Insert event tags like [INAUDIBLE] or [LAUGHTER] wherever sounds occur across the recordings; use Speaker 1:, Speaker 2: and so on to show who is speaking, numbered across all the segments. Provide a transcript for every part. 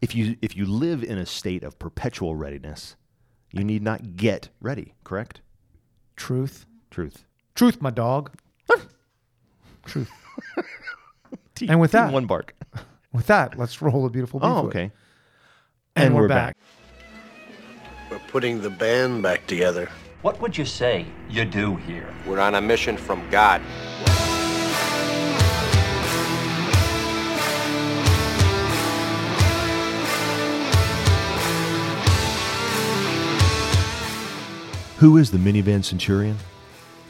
Speaker 1: if you if you live in a state of perpetual readiness, you need not get ready. Correct?
Speaker 2: Truth.
Speaker 1: Truth.
Speaker 2: Truth, my dog. Truth. And with
Speaker 1: Team
Speaker 2: that-
Speaker 1: one bark.
Speaker 2: With that, let's roll a beautiful beef.
Speaker 1: Oh,
Speaker 2: with.
Speaker 1: okay.
Speaker 2: And,
Speaker 1: And
Speaker 2: we're,
Speaker 1: we're
Speaker 2: back.
Speaker 3: We're putting the band back together.
Speaker 4: What would you say you do here?
Speaker 5: We're on a mission from God.
Speaker 1: Who is the minivan centurion?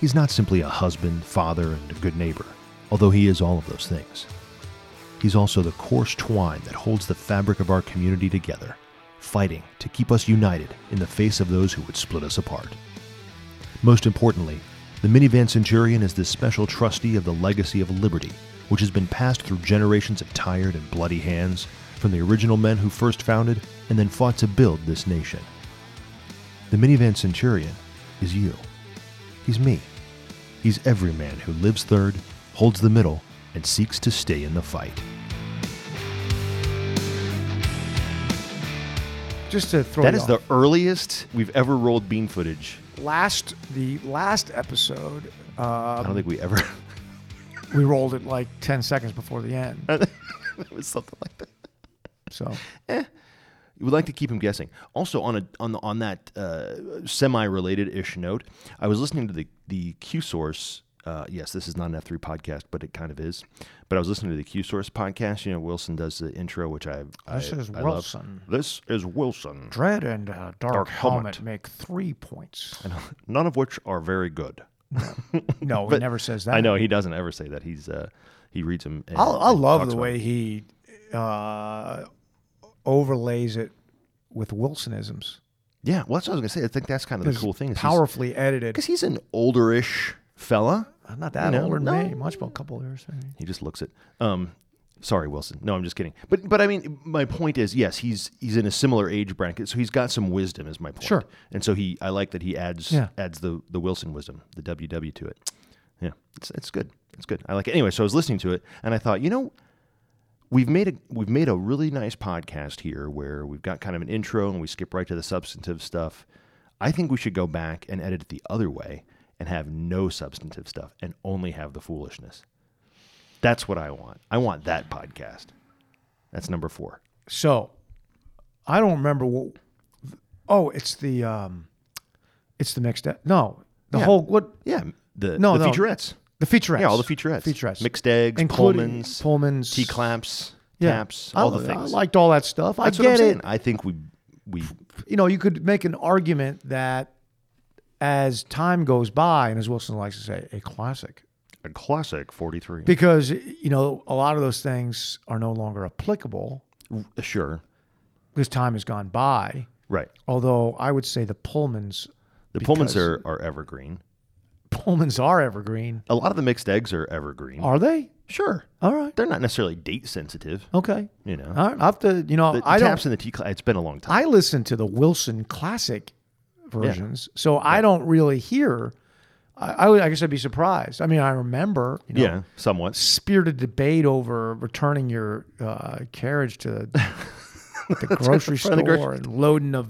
Speaker 1: He's not simply a husband, father, and a good neighbor, although he is all of those things. He's also the coarse twine that holds the fabric of our community together, fighting to keep us united in the face of those who would split us apart. Most importantly, the minivan centurion is the special trustee of the legacy of liberty, which has been passed through generations of tired and bloody hands from the original men who first founded and then fought to build this nation. The minivan centurion is you. He's me. He's every man who lives third, holds the middle, and seeks to stay in the fight.
Speaker 2: Just to throw
Speaker 1: That
Speaker 2: you
Speaker 1: is the
Speaker 2: off.
Speaker 1: earliest we've ever rolled bean footage.
Speaker 2: last the last episode.
Speaker 1: I
Speaker 2: Uh,
Speaker 1: don't think we ever. [LAUGHS]
Speaker 2: we rolled it like ten seconds before the end.
Speaker 1: Uh, it was something like that.
Speaker 2: So
Speaker 1: We like to keep him guessing. Also, on a on the, on that uh, semi-related ish note, I was listening to the the Q Source. Uh, yes, this is not an F three podcast, but it kind of is. But I was listening to the Q Source podcast. You know, Wilson does the intro, which I
Speaker 2: This
Speaker 1: I,
Speaker 2: is
Speaker 1: I love.
Speaker 2: Wilson.
Speaker 1: This is Wilson.
Speaker 2: dread and uh, dark,
Speaker 1: Dark
Speaker 2: helmet.
Speaker 1: Helmet.
Speaker 2: make three points.
Speaker 1: [LAUGHS] none of which are very good.
Speaker 2: No, he never says that.
Speaker 1: I know he doesn't ever say that. He's uh, he reads them. and-
Speaker 2: I, I
Speaker 1: and
Speaker 2: love
Speaker 1: talks
Speaker 2: the
Speaker 1: about
Speaker 2: way
Speaker 1: them.
Speaker 2: he uh, overlays it with Wilsonisms.
Speaker 1: Yeah, well, that's what I was gonna say. I think that's kind of the cool thing.
Speaker 2: Powerfully edited.
Speaker 1: because he's an older-ish fella.
Speaker 2: I'm not that
Speaker 1: you know,
Speaker 2: older than
Speaker 1: no.
Speaker 2: me. Much about a couple of years. maybe.
Speaker 1: He just looks it. Um, sorry, Wilson. No, I'm just kidding. But but I mean, my point is, yes, he's he's in a similar age bracket, so he's got some wisdom. Is my point.
Speaker 2: Sure.
Speaker 1: And so he, I like that he adds
Speaker 2: Yeah.
Speaker 1: adds the the Wilson wisdom, the WW to it. Yeah, it's it's good. It's good. I like it. Anyway, so I was listening to it, and I thought, you know, we've made a we've made a really nice podcast here where we've got kind of an intro and we skip right to the substantive stuff. I think we should go back and edit it the other way and have no substantive stuff and only have the foolishness. That's what I want. I want that podcast. That's number four.
Speaker 2: So I don't remember what. Oh, it's the um, it's the mixed. Egg. No, the
Speaker 1: Yeah.
Speaker 2: whole what
Speaker 1: Yeah, the
Speaker 2: No,
Speaker 1: the
Speaker 2: no.
Speaker 1: featurettes.
Speaker 2: the featurettes.
Speaker 1: Yeah, all the featurettes.
Speaker 2: Featurettes.
Speaker 1: mixed eggs,
Speaker 2: Including
Speaker 1: Pullmans,
Speaker 2: Pullmans,
Speaker 1: T claps,
Speaker 2: Yeah.
Speaker 1: taps,
Speaker 2: I
Speaker 1: all the
Speaker 2: lo-
Speaker 1: things.
Speaker 2: I liked all that stuff.
Speaker 1: That's
Speaker 2: I
Speaker 1: what I'm
Speaker 2: get
Speaker 1: saying.
Speaker 2: it.
Speaker 1: I think we we
Speaker 2: you know, you could make an argument that as time goes by, and as Wilson likes to say, a classic,
Speaker 1: a classic forty three.
Speaker 2: because you know a lot of those things are no longer applicable
Speaker 1: Sure,
Speaker 2: because time has gone by.
Speaker 1: right.
Speaker 2: Although I would say the Pullmans,
Speaker 1: The
Speaker 2: Because-
Speaker 1: Pullmans are, are evergreen.
Speaker 2: Pullmans are evergreen,
Speaker 1: A lot of the mixed eggs are evergreen.
Speaker 2: are they?
Speaker 1: sure.
Speaker 2: All right,
Speaker 1: They're not necessarily date sensitive,
Speaker 2: okay.
Speaker 1: you know.
Speaker 2: All right, I have to, you know,
Speaker 1: the the
Speaker 2: I don't.
Speaker 1: taps and the T claps, it's been a long time.
Speaker 2: I listen to the Wilson classic versions, so I don't really hear. I, I, would, I guess I'd be surprised. I mean, I remember, you know,
Speaker 1: yeah, somewhat.
Speaker 2: spirited debate over returning your uh,
Speaker 1: [LAUGHS]
Speaker 2: carriage to the grocery store
Speaker 1: front of the grocery
Speaker 2: and loading a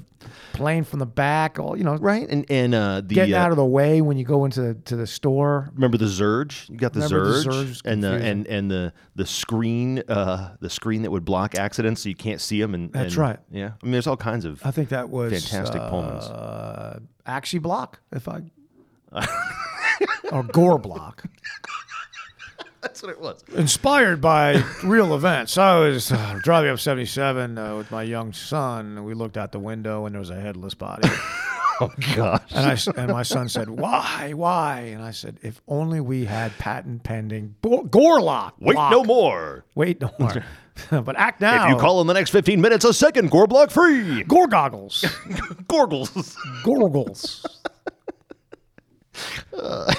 Speaker 2: plane from the back. All you know,
Speaker 1: Right? And and uh the
Speaker 2: getting
Speaker 1: uh,
Speaker 2: out of the way when you go into to the store.
Speaker 1: remember the Zurge? You got the
Speaker 2: Remember the
Speaker 1: Zurge,
Speaker 2: Zurge was
Speaker 1: and the
Speaker 2: confusing.
Speaker 1: and and the the screen uh the screen that would block accidents so you can't see them and
Speaker 2: That's
Speaker 1: and-
Speaker 2: right.
Speaker 1: Yeah. I mean there's all kinds of
Speaker 2: I think that was
Speaker 1: fantastic
Speaker 2: uh,
Speaker 1: Pullmans.
Speaker 2: Axie Block, if I or Gore Block,
Speaker 1: [LAUGHS] That's what it was.
Speaker 2: inspired by real events. I was uh, driving up seventy seven uh, with my young son. We looked out the window and there was a headless body.
Speaker 1: [LAUGHS] Oh gosh.
Speaker 2: And, I s and my son said, "Why, why?" And I said, "If only we had patent pending bo- Gorlock.
Speaker 1: Wait
Speaker 2: block.
Speaker 1: no more.
Speaker 2: Wait no
Speaker 1: [LAUGHS]
Speaker 2: more. [LAUGHS] but act now.
Speaker 1: If you call in the next 15 minutes, a second gore block free.
Speaker 2: gore goggles, [LAUGHS]
Speaker 1: Gorgles.
Speaker 2: gorgles. uh,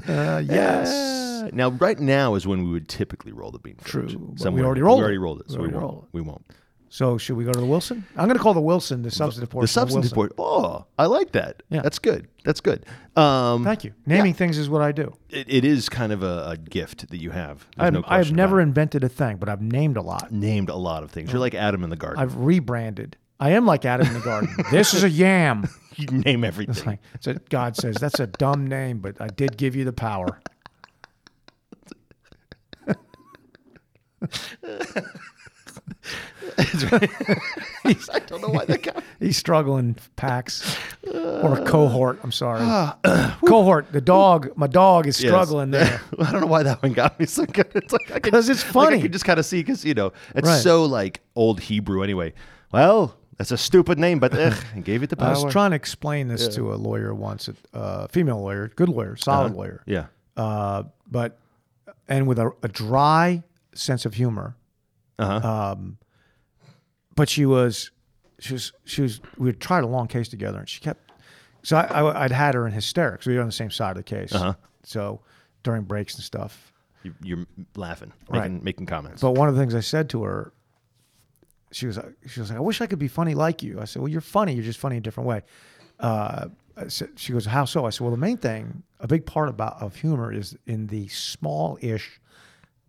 Speaker 2: [LAUGHS] yes.
Speaker 1: [LAUGHS] Now, right now is when we would typically roll the bean. footage.
Speaker 2: True, but we
Speaker 1: Somewhere.
Speaker 2: already rolled
Speaker 1: We already
Speaker 2: it.
Speaker 1: rolled it, so
Speaker 2: We
Speaker 1: we,
Speaker 2: already
Speaker 1: won't.
Speaker 2: rolled
Speaker 1: We won't.
Speaker 2: So should we go to the Wilson? I'm going to call the Wilson the substantive portion.
Speaker 1: The
Speaker 2: of
Speaker 1: substantive
Speaker 2: Wilson.
Speaker 1: portion. Oh, I like that.
Speaker 2: Yeah.
Speaker 1: That's good. That's good. Um,
Speaker 2: Thank you. Naming things is what I do.
Speaker 1: It, it is kind of a, a gift that you have. There's
Speaker 2: I've,
Speaker 1: no
Speaker 2: I've
Speaker 1: question about
Speaker 2: never Oh.
Speaker 1: it.
Speaker 2: invented a thing, but I've named a lot.
Speaker 1: named a lot of things. You're like Adam in the garden.
Speaker 2: I've rebranded. I am like Adam in
Speaker 1: [LAUGHS]
Speaker 2: the garden. this is a yam.
Speaker 1: you name everything.
Speaker 2: [LAUGHS] It's like it's a, God says that's a dumb name, but I did give you the power.
Speaker 1: [LAUGHS] I don't know why that
Speaker 2: [LAUGHS]
Speaker 1: guy.
Speaker 2: He's struggling packs or a cohort. I'm
Speaker 1: [SIGHS]
Speaker 2: sorry, cohort. The dog, my dog is struggling there.
Speaker 1: [LAUGHS] I don't know why that one got me so good. It's like I could-
Speaker 2: 'Cause it's
Speaker 1: [LAUGHS] like,
Speaker 2: funny.
Speaker 1: I could just kind of see because you know it's
Speaker 2: Right.
Speaker 1: so like old Hebrew anyway. Well, that's a stupid name, but ugh, I gave it the power.
Speaker 2: [LAUGHS] I was trying to explain this to a lawyer once, a uh, female lawyer, good lawyer, solid lawyer,
Speaker 1: yeah,
Speaker 2: uh, but and with a, a dry sense of humor.
Speaker 1: Uh-huh.
Speaker 2: Um, but she was, she was, she was. We had tried a long case together, and she kept. So I, I would had her in hysterics. We were on the same side of the case, so during breaks and stuff.
Speaker 1: you, you're laughing, making making comments.
Speaker 2: But one of the things I said to her, she was like, she was like, I wish I could be funny like you. I said, Well, you're funny. You're just funny a different way. Uh, I said, she goes, How so? I said, Well, the main thing, a big part about of humor is in the small-ish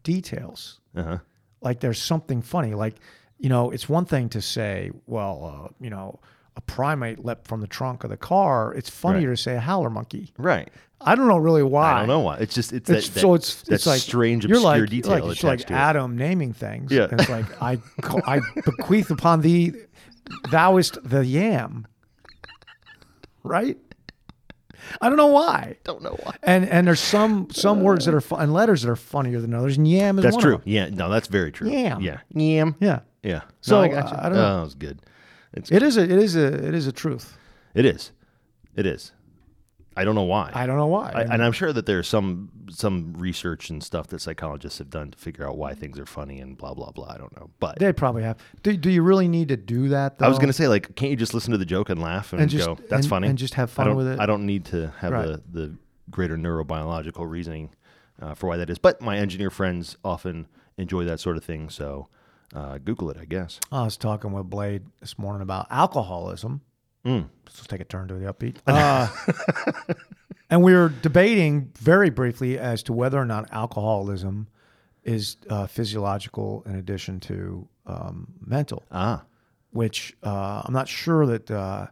Speaker 2: details.
Speaker 1: Uh-huh.
Speaker 2: Like there's something funny. Like you know, it's one thing to say, Well, uh, you know. A primate leapt from the trunk of the car. It's funnier to say a howler monkey.
Speaker 1: right.
Speaker 2: I don't know really why.
Speaker 1: I don't know why. It's just it's,
Speaker 2: It's,
Speaker 1: that,
Speaker 2: so
Speaker 1: that-
Speaker 2: it's
Speaker 1: that
Speaker 2: it's like
Speaker 1: strange
Speaker 2: you're
Speaker 1: obscure
Speaker 2: like,
Speaker 1: detail
Speaker 2: Like, it's
Speaker 1: attached
Speaker 2: like
Speaker 1: to it.
Speaker 2: Adam naming things.
Speaker 1: Yeah.
Speaker 2: And it's like I co- I bequeath upon thee, thouest the yam. Right. I don't know why.
Speaker 1: Don't know why.
Speaker 2: And and there's some some words that are fu- and letters that are funnier than others. And yam is
Speaker 1: That's
Speaker 2: one
Speaker 1: true.
Speaker 2: Of them.
Speaker 1: Yeah, no, that's very true.
Speaker 2: Yam.
Speaker 1: Yeah, yam.
Speaker 2: Yeah.
Speaker 1: Yeah. No,
Speaker 2: So, uh,
Speaker 1: I, gotcha.
Speaker 2: I don't know.
Speaker 1: Oh, that was good. It's,
Speaker 2: It is a it is a it is a truth.
Speaker 1: it is. It is. I don't know why.
Speaker 2: I don't know why.
Speaker 1: I, and I'm sure that there's some some research and stuff that psychologists have done to figure out why things are funny and blah blah blah. I don't know, but
Speaker 2: they probably have. Do, do you really need to do that? Though?
Speaker 1: I was gonna say like, can't you just listen to the joke and laugh and,
Speaker 2: And just-
Speaker 1: go, "That's
Speaker 2: and-
Speaker 1: funny,"
Speaker 2: and just have
Speaker 1: I
Speaker 2: fun
Speaker 1: don't,
Speaker 2: with it?
Speaker 1: I don't need to have
Speaker 2: Right.
Speaker 1: the the greater neurobiological reasoning uh, for why that is. But my engineer friends often enjoy that sort of thing, so uh, Google it, I guess.
Speaker 2: I was talking with Blade this morning about alcoholism.
Speaker 1: Mm.
Speaker 2: Let's take a turn to
Speaker 1: [LAUGHS]
Speaker 2: the upbeat. Uh, and we were debating very briefly as to whether or not alcoholism is uh, physiological in addition to um, mental,
Speaker 1: Ah,
Speaker 2: which uh, I'm not sure that uh,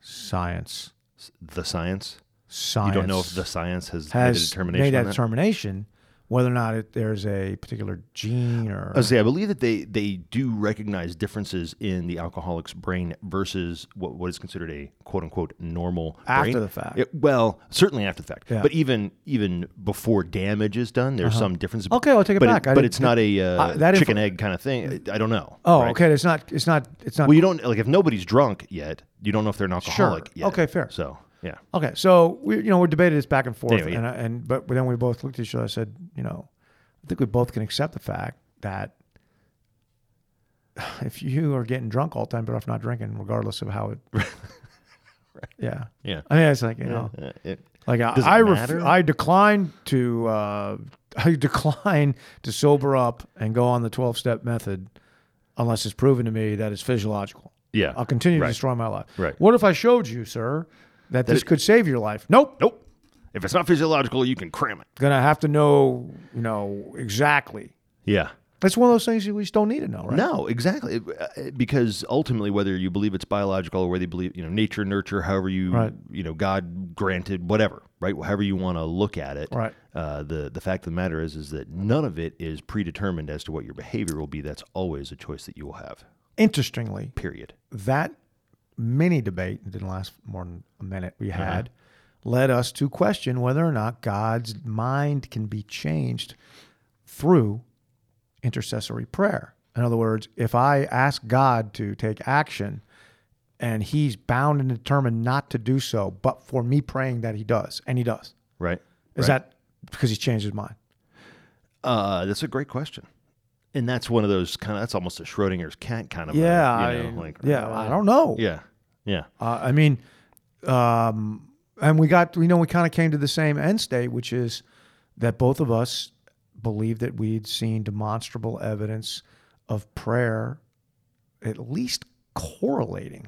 Speaker 2: science,
Speaker 1: the science. You
Speaker 2: science
Speaker 1: don't know if the science has, made a
Speaker 2: has
Speaker 1: determination.
Speaker 2: made
Speaker 1: on
Speaker 2: that
Speaker 1: that?
Speaker 2: determination whether or not it, there's a particular gene or
Speaker 1: I was gonna say, I believe that they they do recognize differences in the alcoholic's brain versus what what is considered a quote unquote normal
Speaker 2: After
Speaker 1: brain.
Speaker 2: the fact.
Speaker 1: Yeah, well, certainly after the fact,
Speaker 2: Yeah. Uh-huh.
Speaker 1: but even even before damage is done, there's some differences.
Speaker 2: Okay, I'll take it
Speaker 1: but
Speaker 2: back. I
Speaker 1: but
Speaker 2: didn't-
Speaker 1: it's not a uh,
Speaker 2: I- that info-
Speaker 1: chicken egg kind of thing. I don't know.
Speaker 2: oh
Speaker 1: right?
Speaker 2: okay it's not it's not it's not
Speaker 1: Well, you don't like if nobody's drunk yet, you don't know if they're an alcoholic yet.
Speaker 2: Okay, fair.
Speaker 1: So yeah,
Speaker 2: Okay, so we you know we're debating this back and forth,
Speaker 1: Anyway, yeah.
Speaker 2: and I, and but then we both looked at each other. and said, you know, I think we both can accept the fact that [SIGHS] if you are getting drunk all the time, but if not drinking, regardless
Speaker 1: [LAUGHS]
Speaker 2: of how it, yeah,
Speaker 1: Yeah.
Speaker 2: I mean, it's like you know,
Speaker 1: Uh, it-
Speaker 2: like I
Speaker 1: Does it
Speaker 2: I, ref-
Speaker 1: matter?
Speaker 2: I decline to uh, [LAUGHS] I decline to sober up and go on the twelve step method unless it's proven to me that it's physiological.
Speaker 1: Yeah,
Speaker 2: I'll continue
Speaker 1: right.
Speaker 2: to destroy my life.
Speaker 1: Right.
Speaker 2: What if I showed you, sir, that, this
Speaker 1: it-
Speaker 2: could save your life? Nope.
Speaker 1: nope. If it's not physiological, you can cram it.
Speaker 2: Gonna have to know, you know, exactly.
Speaker 1: Yeah.
Speaker 2: That's one of those things you just don't need to know, right?
Speaker 1: No, exactly. It- uh, Because ultimately, whether you believe it's biological or whether you believe, you know, nature, nurture, however you,
Speaker 2: Right.
Speaker 1: you know, God granted, whatever, right? However you want to look at it.
Speaker 2: Right.
Speaker 1: Uh, the the fact of the matter is, is that none of it is predetermined as to what your behavior will be. That's always a choice that you will have.
Speaker 2: Interestingly,
Speaker 1: Period.
Speaker 2: that mini debate it didn't last more than a minute we had led us to question whether or not God's mind can be changed through intercessory prayer. In other words, if I ask God to take action and he's bound and determined not to do so, but for me praying that he does, and he does.
Speaker 1: Right.
Speaker 2: Is that because he's changed his mind?
Speaker 1: Uh, that's a great question. And that's one of those kind of that's almost a Schrodinger's cat kind of a,
Speaker 2: Yeah,
Speaker 1: you know,
Speaker 2: I-
Speaker 1: like uh,
Speaker 2: Yeah, I don't know.
Speaker 1: yeah yeah
Speaker 2: Uh, I mean, um, and we got, you know, we kind of came to the same end state, which is that both of us believe that we'd seen demonstrable evidence of prayer at least correlating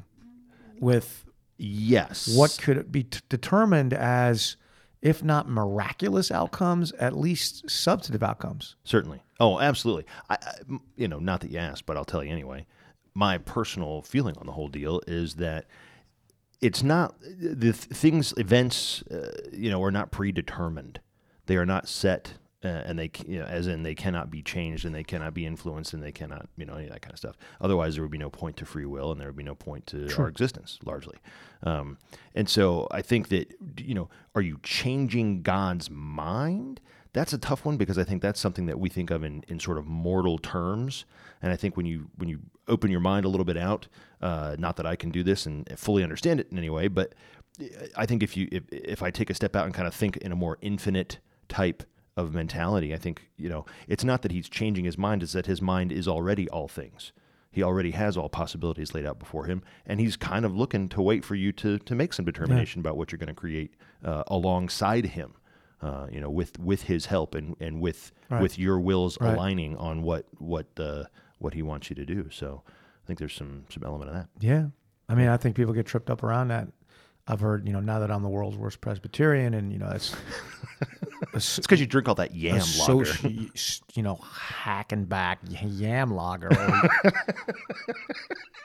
Speaker 2: with
Speaker 1: Yes.
Speaker 2: what could be t- determined as, if not miraculous outcomes, at least substantive outcomes.
Speaker 1: Certainly. Oh, absolutely. I, I- m- you know, not that you asked, but I'll tell you anyway. My personal feeling on the whole deal is that it's not the th- things, events, uh, you know, are not predetermined. They are not set, uh, and they, c- you know, as in they cannot be changed, and they cannot be influenced, and they cannot, you know, any of that kind of stuff. Otherwise, there would be no point to free will, and there would be no point to our existence, largely. Um, and so, I think that, you know, are you changing God's mind? That's a tough one because I think that's something that we think of in, in sort of mortal terms. And I think when you when you open your mind a little bit out, uh, not that I can do this and fully understand it in any way, but uh, I think if you if, if I take a step out and kind of think in a more infinite type of mentality, I think you know it's not that he's changing his mind; it's that his mind is already all things. He already has all possibilities laid out before him, and he's kind of looking to wait for you to to make some determination about what you're going to create uh, alongside him. Uh, you know, with with his help and and with with your wills aligning on what what uh, what he wants you to do. So I think there's some some element of that.
Speaker 2: Yeah. I mean, I think people get tripped up around that. I've heard, you know, now that I'm the world's worst Presbyterian, and you know, that's
Speaker 1: It's because you drink all that yam lager.
Speaker 2: associ- you know, hacking back y- yam lager. or- [LAUGHS]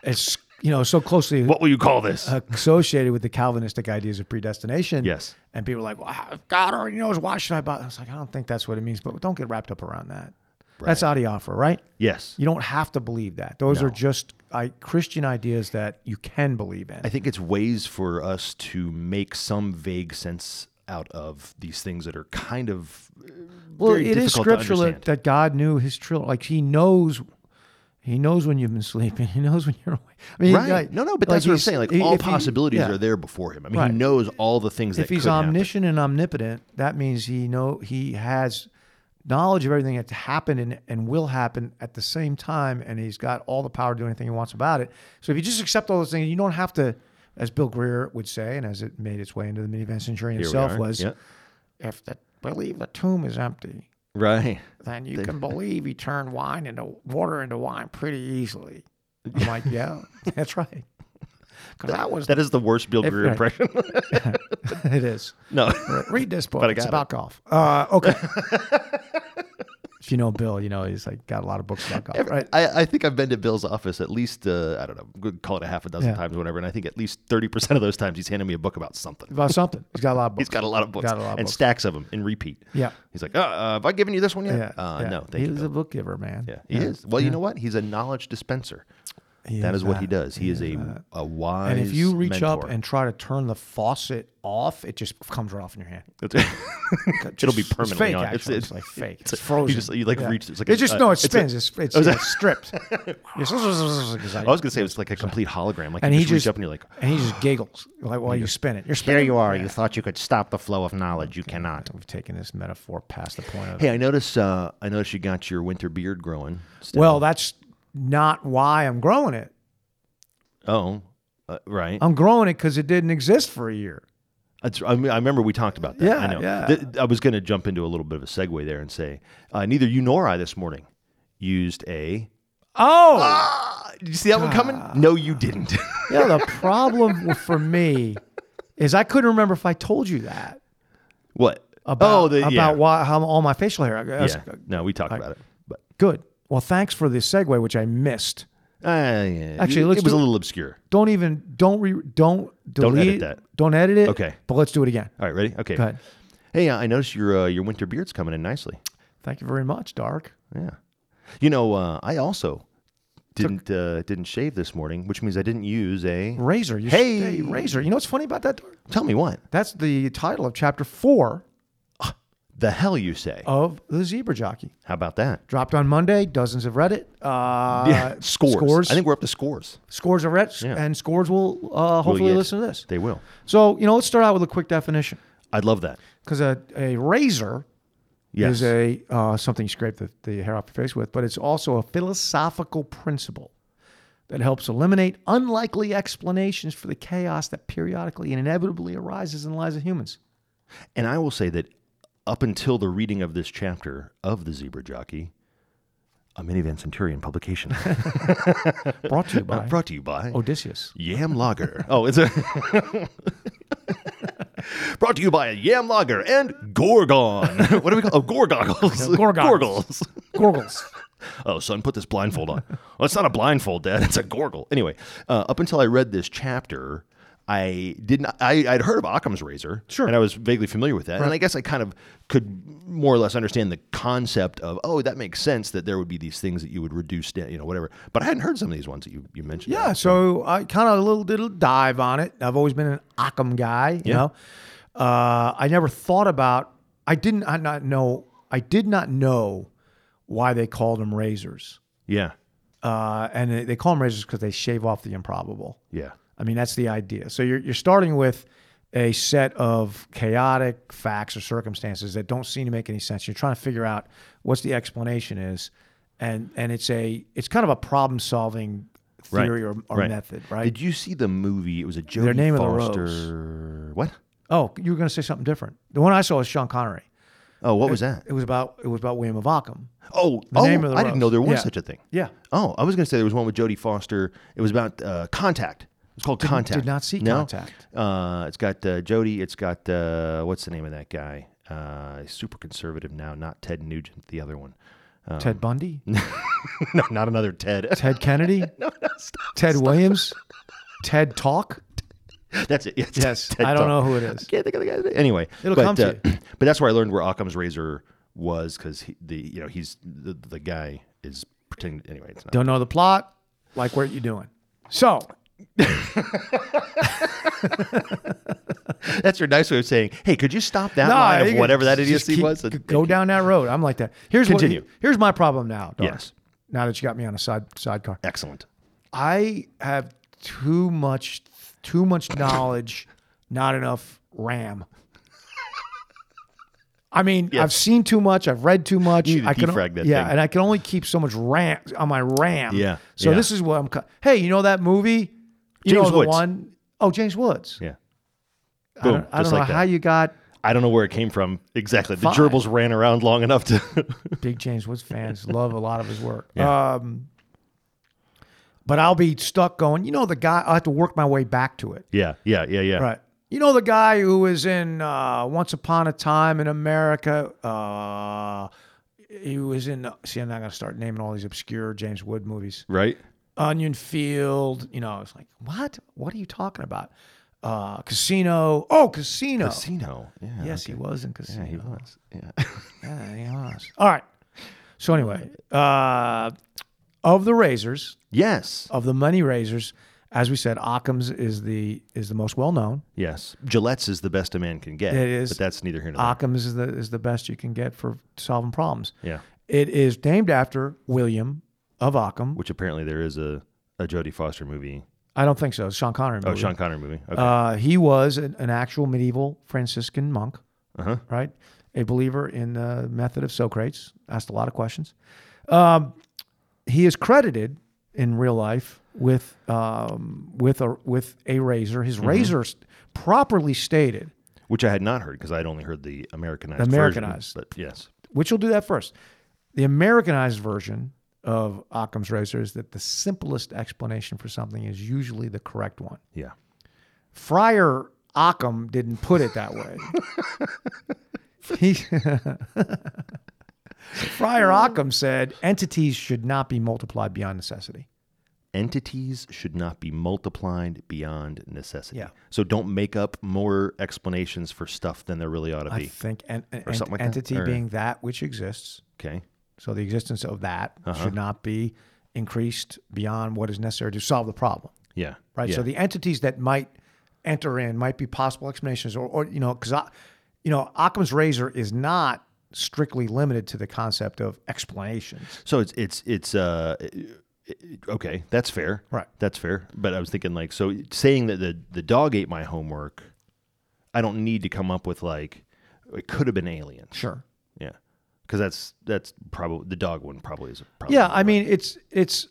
Speaker 2: it's you know so closely
Speaker 1: What will you call this?
Speaker 2: uh, associated with the Calvinistic ideas of predestination.
Speaker 1: Yes.
Speaker 2: and people are like, well, if God already knows. Why should I bother? I was like, I don't think that's what it means. But don't get wrapped up around that. That's out offer, right?
Speaker 1: yes.
Speaker 2: You don't have to believe that. Those
Speaker 1: No.
Speaker 2: are just I, Christian ideas that you can believe in.
Speaker 1: I think it's ways for us to make some vague sense out of these things that are kind of uh,
Speaker 2: well,
Speaker 1: very
Speaker 2: it is
Speaker 1: difficult to
Speaker 2: scriptural that,
Speaker 1: understand.
Speaker 2: that God knew His children. Like He knows, He knows when you've been sleeping. [LAUGHS] He knows when you're awake. I mean,
Speaker 1: right?
Speaker 2: like-
Speaker 1: no, no, but
Speaker 2: like
Speaker 1: that's what I'm
Speaker 2: he's-
Speaker 1: saying. Like
Speaker 2: i-
Speaker 1: all
Speaker 2: if he-
Speaker 1: possibilities
Speaker 2: yeah.
Speaker 1: are there before him. I mean,
Speaker 2: Right.
Speaker 1: he knows all the things
Speaker 2: If
Speaker 1: that
Speaker 2: He's
Speaker 1: could happen.
Speaker 2: omniscient and omnipotent, that means He know He has knowledge of everything that's happened and, and will happen at the same time, and He's got all the power to do anything He wants about it. So if you just accept all those things, you don't have to. As Bill Greer would say, and as it made its way into the minivan centurion
Speaker 1: Here we
Speaker 2: himself,
Speaker 1: are.
Speaker 2: was
Speaker 1: Yeah.
Speaker 2: if the believe the tomb is empty,
Speaker 1: right.
Speaker 2: [LAUGHS] then you can believe he turned wine into water into wine pretty easily. I'm like, yeah, [LAUGHS] that's right. Because that was
Speaker 1: That is the worst Bill
Speaker 2: If-
Speaker 1: Greer
Speaker 2: right.
Speaker 1: impression. [LAUGHS]
Speaker 2: [LAUGHS] it is.
Speaker 1: no,
Speaker 2: Re- Read this book.
Speaker 1: But I
Speaker 2: It's
Speaker 1: got
Speaker 2: about golf. Uh, okay. [LAUGHS] if you know Bill, you know he's like got a lot of books about golf, right?
Speaker 1: I, I think I've been to Bill's office at least uh, I don't know, good- call it a half a dozen
Speaker 2: Yeah.
Speaker 1: times, or whatever. And I think at least thirty percent of those times he's handed me a book about
Speaker 2: [LAUGHS]
Speaker 1: something.
Speaker 2: About something. He's got a lot of books.
Speaker 1: He's got a lot of books
Speaker 2: Got a lot of
Speaker 1: and
Speaker 2: books.
Speaker 1: stacks of them in repeat.
Speaker 2: Yeah.
Speaker 1: He's like, uh, uh, have I given you this one yet?
Speaker 2: Yeah.
Speaker 1: uh,
Speaker 2: yeah.
Speaker 1: No, thank you.
Speaker 2: He's
Speaker 1: Bill.
Speaker 2: a book giver, man.
Speaker 1: Yeah, he is. Well, you know what? He's a knowledge dispenser. that is what he does. He, is, a, a wise.
Speaker 2: And if you reach up
Speaker 1: mentor.
Speaker 2: and try to turn the faucet off, it just comes right off in your hand.
Speaker 1: [LAUGHS] it'll be
Speaker 2: It's
Speaker 1: permanently
Speaker 2: fake,
Speaker 1: on.
Speaker 2: actually. It's, like fake. It's, frozen.
Speaker 1: You just you like
Speaker 2: Yeah.
Speaker 1: reach. It's like
Speaker 2: it just no. It
Speaker 1: it's a- [LAUGHS] Oh,
Speaker 2: spins. It's it's, it's, stripped. It's like-
Speaker 1: I was gonna say it's like a complete hologram. Like
Speaker 2: and
Speaker 1: Oh, you
Speaker 2: he
Speaker 1: just,
Speaker 2: just
Speaker 1: reach up and you're like, "Ah."
Speaker 2: and he just giggles like while you spin it. You're spinning.
Speaker 6: Here you are. You thought you could stop the flow of knowledge. You cannot.
Speaker 2: We've taken this metaphor past the point of.
Speaker 1: hey, I notice. Uh, I notice you got your winter beard growing. Still.
Speaker 2: well, that's not why I'm growing it.
Speaker 1: oh, uh, right.
Speaker 2: I'm growing it because it didn't exist for a year.
Speaker 1: That's, I, mean, I remember we talked about that.
Speaker 2: Yeah,
Speaker 1: I know.
Speaker 2: yeah.
Speaker 1: Th- I was going to jump into a little bit of a segue there and say, uh, neither you nor I this morning used a.
Speaker 2: Oh,
Speaker 1: [LAUGHS] Ah, did you see that one coming? No, you didn't. [LAUGHS]
Speaker 2: yeah. The problem for me is I couldn't remember if I told you that
Speaker 1: what?
Speaker 2: about
Speaker 1: oh, the,
Speaker 2: about
Speaker 1: yeah.
Speaker 2: why how all my facial hair. I guess.
Speaker 1: Yeah. No, we talked about it. But
Speaker 2: Good. Well, thanks for the segue, which I missed.
Speaker 1: uh, yeah,
Speaker 2: Actually,
Speaker 1: it,
Speaker 2: let's
Speaker 1: it was
Speaker 2: do-
Speaker 1: a little obscure.
Speaker 2: Don't even don't re don't
Speaker 1: Don't edit
Speaker 2: delete,
Speaker 1: that.
Speaker 2: Don't edit it.
Speaker 1: Okay.
Speaker 2: But let's do it again.
Speaker 1: All right, ready? Okay.
Speaker 2: Go ahead.
Speaker 1: Hey, uh, I noticed your uh, your winter beard's coming in nicely.
Speaker 2: Thank you very much, Dark.
Speaker 1: Yeah. You know, uh, I also didn't uh, didn't shave this morning, which means I didn't use a.
Speaker 2: Razor. You
Speaker 1: Hey.
Speaker 2: stay Razor. You know what's funny about that? Dark?
Speaker 1: Tell me what
Speaker 2: That's the title of chapter four
Speaker 1: the hell you say?
Speaker 2: of the Zebra Jockey.
Speaker 1: How about that?
Speaker 2: Dropped on Monday. Dozens have read it.
Speaker 1: [LAUGHS]
Speaker 2: Uh,
Speaker 1: scores.
Speaker 2: Scores.
Speaker 1: I think we're up to scores.
Speaker 2: scores are read,
Speaker 1: Yeah.
Speaker 2: and scores will uh, hopefully
Speaker 1: yet.
Speaker 2: listen to this.
Speaker 1: They will.
Speaker 2: So you know, let's start out with a quick definition
Speaker 1: I'd love that.
Speaker 2: because a, a razor
Speaker 1: Yes.
Speaker 2: is a uh, something you scrape the, the hair off your face with, but it's also a philosophical principle that helps eliminate unlikely explanations for the chaos that periodically and inevitably arises in the lives
Speaker 1: [LAUGHS]
Speaker 2: of humans.
Speaker 1: and I will say that up until the reading of this chapter of the Zebra Jockey, a minivan centurion
Speaker 2: [LAUGHS]
Speaker 1: publication.
Speaker 2: Brought to you by
Speaker 1: Brought to you by
Speaker 2: Odysseus.
Speaker 1: Yam Lager. Oh, it's a. [LAUGHS] Brought to you by Yam Lager and Gorgon. [LAUGHS] what do we call? Oh, Gorgoggles.
Speaker 2: [LAUGHS] Gorgons.
Speaker 1: Gorgles.
Speaker 2: Gorgles.
Speaker 1: Oh, son, put this blindfold on. well, it's not a blindfold, Dad. It's a gorgle. Anyway, uh, up until I read this chapter, I did not. I, I'd heard of Occam's Razor,
Speaker 2: Sure.
Speaker 1: and I was vaguely familiar with that. And I guess I kind of could more or less understand the concept of, oh, that makes sense that there would be these things that you would reduce, da- you know, whatever. But I hadn't heard some of these ones that you, you mentioned.
Speaker 2: [LAUGHS] Yeah, so I kind of a little little dive on it. I've always been an Occam guy, you
Speaker 1: Yeah.
Speaker 2: know. Uh, I never thought about. I didn't. I not know. I did not know why they called them razors.
Speaker 1: yeah,
Speaker 2: Uh, and they- they call them razors because they shave off the improbable.
Speaker 1: yeah,
Speaker 2: I mean, that's the idea. So you're, you're starting with a set of chaotic facts or circumstances that don't seem to make any sense. You're trying to figure out what's the explanation is, and and it's a it's kind of a problem solving
Speaker 1: Right.
Speaker 2: theory or, or
Speaker 1: Right.
Speaker 2: method, right?
Speaker 1: Did you see the movie? It was a Jodie
Speaker 2: Name of the
Speaker 1: Foster.
Speaker 2: Rose.
Speaker 1: What?
Speaker 2: oh, you were going to say something different. The one I saw was Sean Connery.
Speaker 1: Oh, what was
Speaker 2: [LAUGHS]
Speaker 1: that?
Speaker 2: It was about it was about William of Ockham.
Speaker 1: Oh, oh,
Speaker 2: Name of the
Speaker 1: I didn't know
Speaker 2: Rose.
Speaker 1: there was
Speaker 2: Yeah.
Speaker 1: such a thing.
Speaker 2: Yeah,
Speaker 1: Oh, I was going to say there was one with Jodie Foster. It was about uh, Contact. It's called Contact.
Speaker 2: did not see Contact.
Speaker 1: Uh, it's got uh, Jodie. It's got uh, what's the name of that guy? Uh, he's super conservative now. Not Ted Nugent. The other one. [LAUGHS]
Speaker 2: Ted Bundy,
Speaker 1: no, not another Ted. [LAUGHS]
Speaker 2: Ted Kennedy, Ted Williams,
Speaker 1: [LAUGHS]
Speaker 2: Ted Talk.
Speaker 1: That's it. It's
Speaker 2: Yes,
Speaker 1: Ted
Speaker 2: I
Speaker 1: Talk.
Speaker 2: don't know who it is.
Speaker 1: I can't think of the guy's name. Anyway,
Speaker 2: It'll
Speaker 1: but,
Speaker 2: come to
Speaker 1: uh, [CLEARS THROAT] But that's where I learned where Occam's Razor was because the you know he's the, the guy is pretending. Anyway, it's not.
Speaker 2: Don't know the plot. Like, what you doing? So
Speaker 1: That's your nice way of saying, hey, could you stop that line
Speaker 2: you
Speaker 1: of
Speaker 2: can
Speaker 1: whatever that
Speaker 2: just
Speaker 1: idiocy
Speaker 2: keep-
Speaker 1: was?
Speaker 2: Go down that road. I'm like that. Here's what-
Speaker 1: Continue.
Speaker 2: here's my problem now. Doris,
Speaker 1: Yes.
Speaker 2: Now that you got me on a side sidecar,
Speaker 1: Excellent.
Speaker 2: I have too much too much knowledge, not enough RAM. I mean, I've seen too much. I've read too much.
Speaker 1: You need to
Speaker 2: I can,
Speaker 1: defrag that
Speaker 2: yeah,
Speaker 1: thing.
Speaker 2: and I can only keep so much RAM on my RAM.
Speaker 1: Yeah,
Speaker 2: So
Speaker 1: yeah.
Speaker 2: this is what I'm. cu- Hey, you know that movie? You
Speaker 1: James
Speaker 2: know the
Speaker 1: Woods.
Speaker 2: one oh James Woods.
Speaker 1: Yeah.
Speaker 2: I don't,
Speaker 1: Boom,
Speaker 2: I don't
Speaker 1: just
Speaker 2: know
Speaker 1: like that.
Speaker 2: how you got
Speaker 1: I don't know where it came from exactly. The
Speaker 2: Fine.
Speaker 1: gerbils ran around long enough to. [LAUGHS]
Speaker 2: big James Woods fans love a lot of his work. Um, but I'll be stuck going, you know, the guy, I'll have to work my way back to it.
Speaker 1: yeah, yeah, yeah, yeah.
Speaker 2: Right. You know, the guy who was in uh, Once Upon a Time in America. Uh, he was in, see, I'm not going to start naming all these obscure James Wood movies.
Speaker 1: Right?
Speaker 2: Onion Field, you know, it's like, what? What are you talking about? Uh, casino. Oh, Casino.
Speaker 1: Casino. Yeah.
Speaker 2: Yes, he was in Casino.
Speaker 1: Yeah, he was. Yeah. [LAUGHS]
Speaker 2: Yeah, he was. All right. So anyway, uh, of the razors,
Speaker 1: yes.
Speaker 2: of the money razors, as we said, Occam's is the is the most well known.
Speaker 1: Yes. Gillette's is the best a man can get.
Speaker 2: It is. Ah.
Speaker 1: But that's neither here nor there.
Speaker 2: Occam's is the is the best you can get for solving problems.
Speaker 1: yeah.
Speaker 2: It is named after William of Occam.
Speaker 1: Which apparently there is a, a Jodie Foster movie.
Speaker 2: I don't think so. It's a Sean Connery.
Speaker 1: Oh,
Speaker 2: Movie.
Speaker 1: Sean Connery movie. Okay.
Speaker 2: Uh, he was an, an actual medieval Franciscan monk,
Speaker 1: Uh-huh.
Speaker 2: right? A believer in the method of Socrates. Asked a lot of questions. Um, he is credited in real life with um, with a with a razor. His razor st- properly stated,
Speaker 1: Which I had not heard because I'd only heard the Americanized version,
Speaker 2: Americanized.
Speaker 1: but yes.
Speaker 2: which will do that first. The Americanized version of Occam's razor is that the simplest explanation for something is usually the correct one.
Speaker 1: Yeah.
Speaker 2: Friar Occam didn't put it
Speaker 1: [LAUGHS]
Speaker 2: that way. he, [LAUGHS] Friar Occam said entities should not be multiplied beyond necessity.
Speaker 1: Entities should not be multiplied beyond necessity.
Speaker 2: Yeah.
Speaker 1: So don't make up more explanations for stuff than there really ought to
Speaker 2: I
Speaker 1: be.
Speaker 2: think en- en- ent-
Speaker 1: something like that,
Speaker 2: entity
Speaker 1: or-
Speaker 2: being that which exists,
Speaker 1: okay.
Speaker 2: so the existence of that
Speaker 1: Uh-huh.
Speaker 2: should not be increased beyond what is necessary to solve the problem.
Speaker 1: Yeah.
Speaker 2: right?
Speaker 1: Yeah.
Speaker 2: So the entities that might enter in might be possible explanations, or, or you know, because you know, Occam's razor is not strictly limited to the concept of explanations.
Speaker 1: So it's it's it's uh it- it- okay, that's fair.
Speaker 2: Right.
Speaker 1: That's fair. But I was thinking like so saying that the the dog ate my homework, I don't need to come up with like it could have been aliens.
Speaker 2: Sure.
Speaker 1: Yeah. Cuz that's that's probably the dog one probably is a probably
Speaker 2: Yeah, I mean, it's it's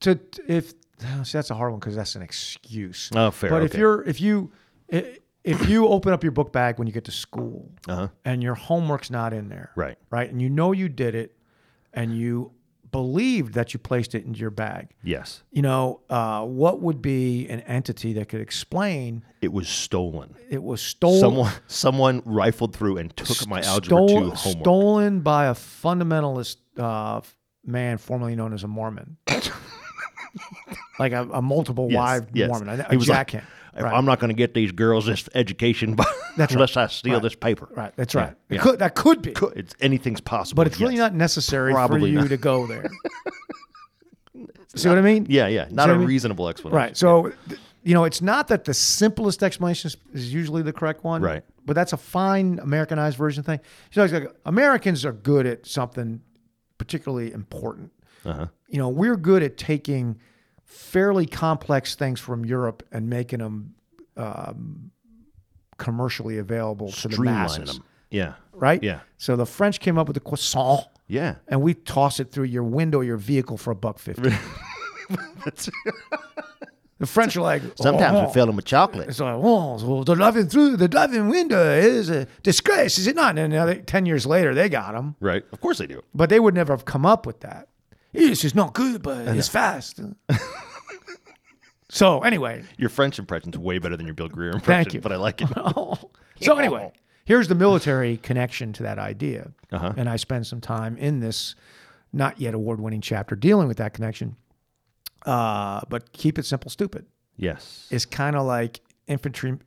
Speaker 2: to if [SIGHS] see that's a hard one because that's an excuse.
Speaker 1: Oh, fair,
Speaker 2: But if
Speaker 1: okay.
Speaker 2: you're if you i- if you open up your book bag when you get to school
Speaker 1: Uh-huh.
Speaker 2: and your homework's not in there,
Speaker 1: Right.
Speaker 2: Right, and you know you did it, and you believed that you placed it into your bag.
Speaker 1: Yes.
Speaker 2: You know, uh, what would be an entity that could explain
Speaker 1: It was stolen.
Speaker 2: it was stolen?
Speaker 1: Someone someone rifled through and took my algebra
Speaker 2: stole-
Speaker 1: 2 homework.
Speaker 2: Stolen by a fundamentalist uh, man formerly known as a
Speaker 1: [LAUGHS]
Speaker 2: Mormon. like a, a multiple
Speaker 1: Yes,
Speaker 2: wife
Speaker 1: yes.
Speaker 2: Mormon. A, a
Speaker 1: He was like,
Speaker 2: jackhand.
Speaker 1: "If
Speaker 2: right.
Speaker 1: I'm not going to get these girls this education [LAUGHS]
Speaker 2: That's right.
Speaker 1: unless I steal
Speaker 2: Right.
Speaker 1: this paper.
Speaker 2: right. That's
Speaker 1: Yeah,
Speaker 2: right. It
Speaker 1: yeah.
Speaker 2: could, that could be.
Speaker 1: Could- It's anything's possible.
Speaker 2: but it's really
Speaker 1: yes.
Speaker 2: not necessary for
Speaker 1: Probably
Speaker 2: you
Speaker 1: not.
Speaker 2: to
Speaker 1: [LAUGHS]
Speaker 2: go there. See what I mean?
Speaker 1: Yeah, yeah. Not
Speaker 2: what
Speaker 1: a
Speaker 2: I mean?
Speaker 1: reasonable explanation.
Speaker 2: Right. So, th- you know, it's not that the simplest explanation is- is usually the correct one.
Speaker 1: Right.
Speaker 2: But that's a fine Americanized version thing. So it's like Americans are good at something particularly important. Uh-huh. You know, we're good at taking fairly complex things from Europe and making them um, commercially available to the masses.
Speaker 1: Streamlining them. Yeah.
Speaker 2: Right.
Speaker 1: Yeah.
Speaker 2: So the French came up with the croissant.
Speaker 1: Yeah.
Speaker 2: And we toss it through your window, of your vehicle for a buck fifty. [LAUGHS] The French are like
Speaker 6: Sometimes
Speaker 2: oh,
Speaker 6: we fill them with chocolate.
Speaker 2: It's like, oh, so the driving through the driving window is a disgrace, is it not? And now they, ten years later, they got him,
Speaker 1: right. Of course they do.
Speaker 2: but they would never have come up with that. This is not good, but it's fast. [LAUGHS] so anyway,
Speaker 1: Your French impression's way better than your Bill Greer impression,
Speaker 2: Thank you.
Speaker 1: but I like
Speaker 2: [LAUGHS]
Speaker 1: it.
Speaker 2: so anyway, here's the military connection to that idea, and I spend some time in this not yet award-winning chapter dealing with that connection. Uh, but keep it simple, stupid.
Speaker 1: yes.
Speaker 2: is kind of like infantryman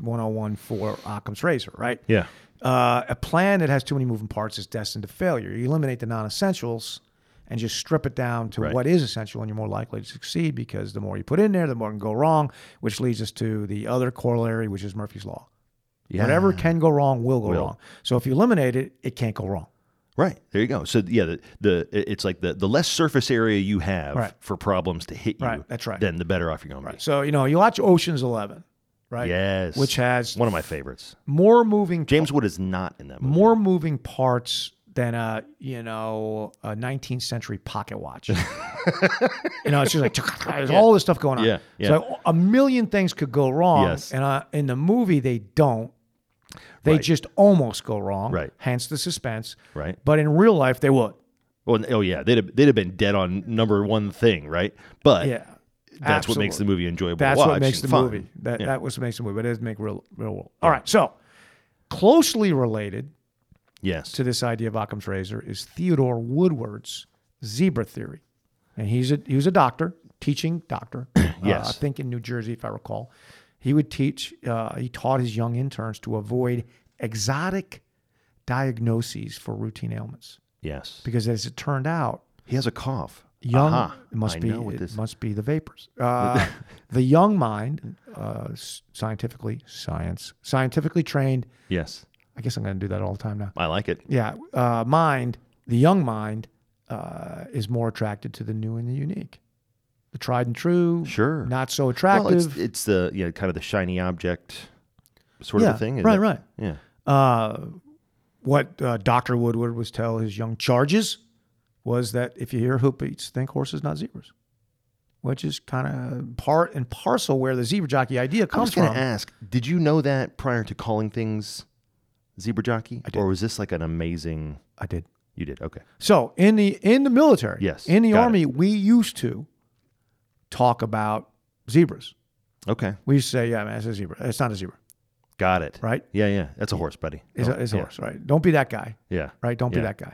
Speaker 2: 101 for Occam's razor, right?
Speaker 1: Yeah.
Speaker 2: Uh, a plan that has too many moving parts is destined to failure. You eliminate the non-essentials and just strip it down to
Speaker 1: Right.
Speaker 2: what is essential, and you're more likely to succeed because the more you put in there, the more can go wrong, which leads us to the other corollary, which is Murphy's law.
Speaker 1: Yeah.
Speaker 2: Whatever can go wrong will go
Speaker 1: Will.
Speaker 2: wrong. So if you eliminate it, it can't go wrong.
Speaker 1: Right. There you go. So yeah, the, the it's like the, the less surface area you have
Speaker 2: Right.
Speaker 1: for problems to hit you,
Speaker 2: Right, that's right.
Speaker 1: then the better off you're going to be.
Speaker 2: So you know you watch Ocean's Eleven, right?
Speaker 1: Yes.
Speaker 2: which has
Speaker 1: one of my favorites.
Speaker 2: more moving
Speaker 1: James Wood is not in that movie.
Speaker 2: more moving parts than a you know a 19th century
Speaker 1: [LAUGHS]
Speaker 2: pocket watch. you know, it's just like there's all this stuff going on.
Speaker 1: Yeah, yeah.
Speaker 2: So a million things could go wrong,
Speaker 1: Yes.
Speaker 2: and uh, in the movie they don't. They
Speaker 1: Right.
Speaker 2: just almost go wrong.
Speaker 1: Right.
Speaker 2: Hence the suspense.
Speaker 1: Right.
Speaker 2: But in real life they would.
Speaker 1: Well, oh yeah, they'd have, they'd have been dead on number one thing, right? But
Speaker 2: Yeah.
Speaker 1: that's what makes the
Speaker 2: Absolutely.
Speaker 1: movie enjoyable. to
Speaker 2: That's
Speaker 1: watch
Speaker 2: what makes
Speaker 1: and
Speaker 2: the
Speaker 1: fun.
Speaker 2: movie. That
Speaker 1: Yeah.
Speaker 2: that was what makes the movie. But it doesn't make real real world. All right. So closely related
Speaker 1: Yes.
Speaker 2: to this idea of Occam's razor is Theodore Woodward's zebra theory. And he's a he was a doctor, teaching
Speaker 1: [CLEARS THROAT]
Speaker 2: doctor.
Speaker 1: Yes.
Speaker 2: uh, I think in New Jersey, if I recall, he would teach. Uh, he taught his young interns to avoid exotic diagnoses for routine ailments
Speaker 1: yes.
Speaker 2: because, as it turned out,
Speaker 1: He has a cough.
Speaker 2: young
Speaker 1: Aha,
Speaker 2: it must
Speaker 1: I
Speaker 2: be
Speaker 1: know what
Speaker 2: it
Speaker 1: this-
Speaker 2: must be
Speaker 1: [LAUGHS]
Speaker 2: the vapors. Uh, the young mind, uh, s- scientifically science scientifically trained.
Speaker 1: Yes.
Speaker 2: I guess I'm going to do that all the time now
Speaker 1: I like it.
Speaker 2: yeah, uh, mind, the young mind uh, is more attracted to the new and the unique, the tried and true.
Speaker 1: Sure.
Speaker 2: Not so
Speaker 1: Well, it's,
Speaker 2: attractive.
Speaker 1: it's the you know kind of the shiny object sort of
Speaker 2: Yeah,
Speaker 1: a thing. is
Speaker 2: right,
Speaker 1: it?
Speaker 2: right.
Speaker 1: Yeah.
Speaker 2: uh, what uh, Doctor Woodward was tell his young charges was that if you hear hoofbeats, think horses, not zebras, which is kind of part and parcel where the zebra jockey idea
Speaker 1: I was
Speaker 2: comes
Speaker 1: going
Speaker 2: from.
Speaker 1: to ask, did you know that prior to calling things zebra jockey, or was this like an amazing?
Speaker 2: I did.
Speaker 1: You did okay.
Speaker 2: So in the in the military,
Speaker 1: Yes,
Speaker 2: in the
Speaker 1: got
Speaker 2: army, we used to talk about zebras.
Speaker 1: Okay,
Speaker 2: We used to say, "Yeah, man, it's a zebra. It's not a zebra."
Speaker 1: got it.
Speaker 2: Right?
Speaker 1: Yeah, yeah. That's a horse, buddy.
Speaker 2: is,
Speaker 1: Don't-
Speaker 2: a, is a
Speaker 1: Oh, yeah.
Speaker 2: horse, right? Don't be that guy,
Speaker 1: Yeah.
Speaker 2: right? Don't be
Speaker 1: Yeah.
Speaker 2: that guy.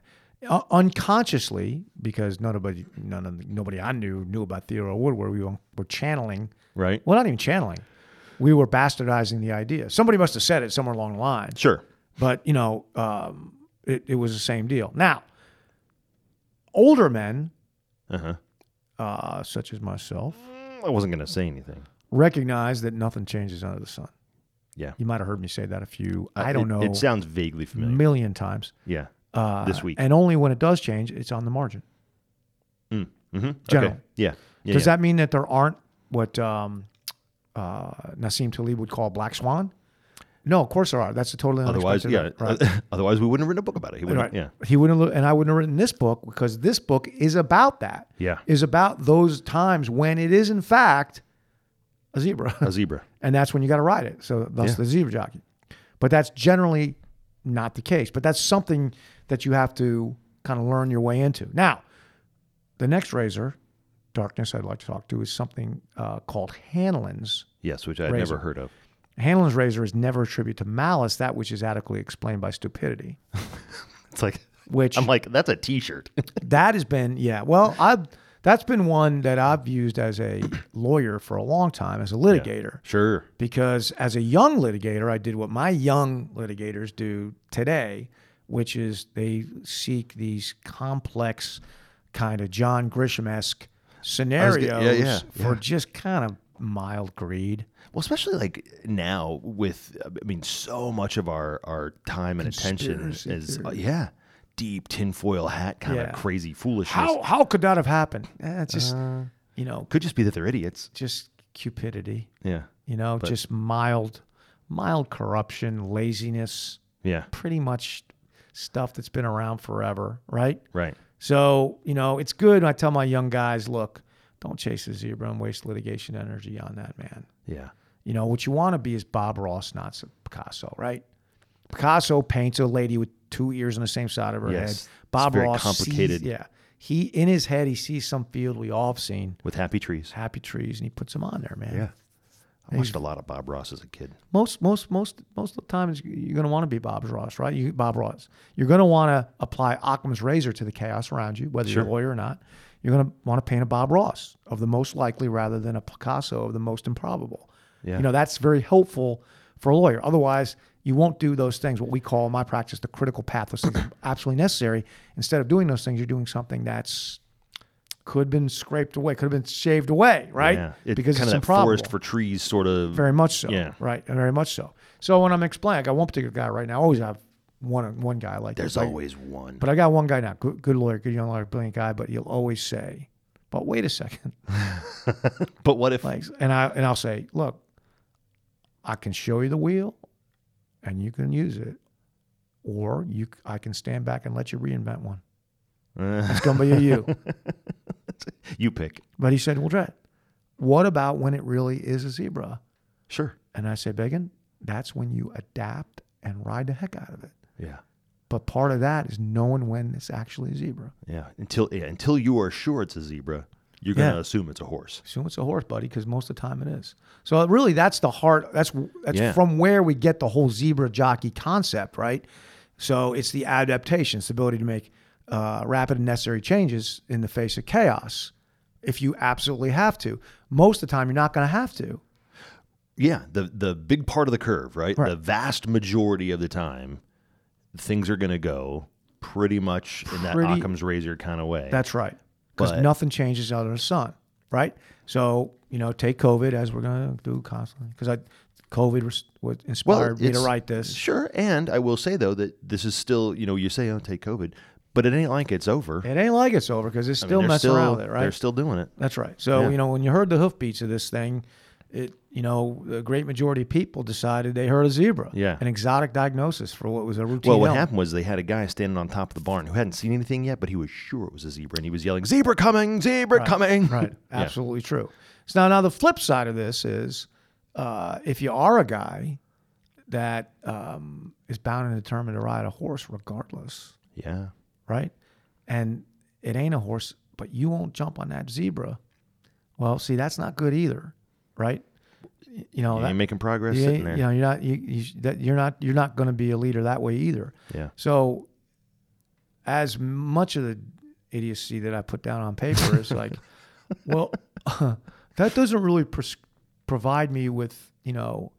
Speaker 2: Uh, unconsciously, because nobody, none of the, nobody I knew knew about Theodore Woodward, we were, were channeling.
Speaker 1: Right.
Speaker 2: Well, not even channeling. We were bastardizing the idea. Somebody must have said it somewhere along the line,
Speaker 1: Sure.
Speaker 2: but you know, um, it, it was the same deal. Now, older men,
Speaker 1: Uh-huh.
Speaker 2: uh, such as myself,
Speaker 1: I wasn't going to say anything.
Speaker 2: recognize that nothing changes under the sun.
Speaker 1: Yeah. Uh,
Speaker 2: You might have heard me say that a few, I
Speaker 1: It-
Speaker 2: don't know,
Speaker 1: It sounds vaguely familiar.
Speaker 2: million times.
Speaker 1: yeah.
Speaker 2: Uh,
Speaker 1: This week.
Speaker 2: And only when it does change, it's on the margin.
Speaker 1: Mm-hmm.
Speaker 2: General.
Speaker 1: Okay. Yeah. yeah
Speaker 2: Does
Speaker 1: yeah.
Speaker 2: that mean that there aren't what um, uh, Nassim Talib would call black swan? No, of course there are. That's a totally
Speaker 1: Otherwise,
Speaker 2: unexpected.
Speaker 1: yeah.
Speaker 2: right.
Speaker 1: [LAUGHS] Otherwise, we wouldn't have written a book about it. He wouldn't,
Speaker 2: Right.
Speaker 1: Yeah.
Speaker 2: He wouldn't, have- and I wouldn't have written this book because this book is about that.
Speaker 1: Yeah.
Speaker 2: is about those times when it is in fact a zebra, [LAUGHS]
Speaker 1: A zebra.
Speaker 2: and that's when you got to ride it. So thus
Speaker 1: Yeah.
Speaker 2: the zebra jockey. But that's generally not the case. But that's something that you have to kind of learn your way into. Now, The next razor, darkness, I'd like to talk to is something uh, called Hanlon's.
Speaker 1: Yes, which I'd
Speaker 2: Razor.
Speaker 1: never heard of.
Speaker 2: Hanlon's razor is never a tribute to malice, that which is adequately explained by stupidity.
Speaker 1: It's like
Speaker 2: Which
Speaker 6: I'm like, that's a
Speaker 1: [LAUGHS]
Speaker 6: T-shirt.
Speaker 2: [LAUGHS] that has been yeah. Well, I that's been one that I've used as a lawyer for a long time as a litigator.
Speaker 1: sure.
Speaker 2: because as a young litigator, I did what my young litigators do today, which is they seek these complex, kind of John Grisham esque scenarios
Speaker 1: yeah,
Speaker 2: for just kind of mild greed.
Speaker 1: Well, especially like now with, I mean, so much of our our time and attention is uh, yeah, deep tinfoil hat kind
Speaker 2: Yeah.
Speaker 1: of crazy foolishness.
Speaker 2: How how could that have happened? Eh, it's just
Speaker 1: Uh.
Speaker 2: you know,
Speaker 1: Could just be that they're idiots.
Speaker 2: just cupidity.
Speaker 1: Yeah,
Speaker 2: You know, just mild, mild corruption, laziness,
Speaker 1: yeah,
Speaker 2: pretty much stuff that's been around forever, right?
Speaker 1: right.
Speaker 2: So, you know, it's good. I tell my young guys, look, don't chase the zebra and waste litigation energy on that, man.
Speaker 1: Yeah,
Speaker 2: You know, what you want to be is Bob Ross, not some Picasso, right? Picasso paints a lady with two ears on the same side of her
Speaker 1: Yes. It's
Speaker 2: head. Bob
Speaker 1: very
Speaker 2: Ross
Speaker 1: complicated.
Speaker 2: Sees, yeah. He in his head he sees some field we all have seen,
Speaker 1: with happy trees.
Speaker 2: happy trees, and he puts them on there, man.
Speaker 1: Yeah. I watched a lot of Bob Ross as a kid.
Speaker 2: Most most most most of the time is you're gonna want to be Bob Ross, right? You Bob Ross. You're gonna want to apply Occam's razor to the chaos around you, whether you're a lawyer or not. You're gonna want to paint a Bob Ross of the most likely rather than a Picasso of the most improbable.
Speaker 1: Yeah.
Speaker 2: You know, that's very helpful for a lawyer. Otherwise, you won't do those things, what we call in my practice the critical path, those things are [COUGHS] absolutely necessary. Instead of doing those things, you're doing something that's could have been scraped away, could have been shaved away, right?
Speaker 1: Yeah, it,
Speaker 2: because
Speaker 1: kind
Speaker 2: it's
Speaker 1: of that forest
Speaker 2: improbable.
Speaker 1: for trees sort of.
Speaker 2: Very much so.
Speaker 1: Yeah.
Speaker 2: Right. Very much so. So when I'm explaining, I got one particular guy right now. I always have one one guy like
Speaker 1: There's
Speaker 2: this. Like,
Speaker 1: always one.
Speaker 2: But I got one guy now. Good, good lawyer, good young lawyer, brilliant guy. But he'll always say, "But wait a second. [LAUGHS]
Speaker 1: But what [LAUGHS] if?
Speaker 2: Like, and I and I'll say, "Look, I can show you the wheel, and you can use it, or you c- I can stand back and let you reinvent one. It's gonna be a you."
Speaker 1: you pick.
Speaker 2: But he said, "Well, Dred, what about when it really is a zebra?"
Speaker 1: Sure.
Speaker 2: And I say, Began, that's when you adapt and ride the heck out of it.
Speaker 1: Yeah.
Speaker 2: But part of that is knowing when it's actually a zebra.
Speaker 1: Yeah. Until yeah, until you are sure it's a zebra, you're gonna
Speaker 2: Yeah.
Speaker 1: assume it's a horse.
Speaker 2: Assume it's a horse, buddy, because most of the time it is. So uh, really, that's the heart. That's that's
Speaker 1: Yeah.
Speaker 2: from where we get the whole zebra jockey concept, right? So it's the adaptation, it's the ability to make uh, rapid and necessary changes in the face of chaos, if you absolutely have to. Most of the time, you're not going to have to.
Speaker 1: Yeah, the the big part of the curve, right?
Speaker 2: Right.
Speaker 1: The vast majority of the time, things are going to go pretty much in that
Speaker 2: Pretty-
Speaker 1: Occam's razor kind of way.
Speaker 2: That's right. Because
Speaker 1: But-
Speaker 2: nothing changes under the sun, right? So you know, take COVID as we're gonna do constantly. Because I, COVID was, was inspired me to
Speaker 1: it's-
Speaker 2: write this.
Speaker 1: sure. And I will say though that this is still, you know, you say, "Oh, take COVID," but it ain't like it's over.
Speaker 2: It ain't like it's over because it's
Speaker 1: I mean,
Speaker 2: still
Speaker 1: they're
Speaker 2: messing around
Speaker 1: still-
Speaker 2: with it,
Speaker 1: They're
Speaker 2: right?
Speaker 1: still doing it.
Speaker 2: That's right. So
Speaker 1: Yeah.
Speaker 2: you know, when you heard the hoofbeats of this thing, it you know, the great majority of people decided they heard a zebra.
Speaker 1: Yeah.
Speaker 2: An exotic diagnosis for what was a routine.
Speaker 1: Well, what
Speaker 2: ailment.
Speaker 1: happened was they had a guy standing on top of the barn who hadn't seen anything yet, but he was sure it was a zebra, and he was yelling, "Zebra coming! Zebra coming!" [LAUGHS]
Speaker 2: Right. Absolutely true. So now, now the flip side of this is, uh, if you are a guy that um, is bound and determined to ride a horse, regardless,
Speaker 1: Yeah.
Speaker 2: right? And it ain't a horse, but you won't jump on that zebra. Well, see, that's not good either, right? Y- You know,
Speaker 1: You
Speaker 2: that,
Speaker 1: ain't making progress
Speaker 2: you,
Speaker 1: sitting there.
Speaker 2: ain't- you know, you're not you, you sh- that you're not you're not going to be a leader that way either.
Speaker 1: Yeah.
Speaker 2: So, as much of the idiocy that I put down on paper
Speaker 1: [LAUGHS]
Speaker 2: is like, well, [LAUGHS] that doesn't really pres- provide me with you know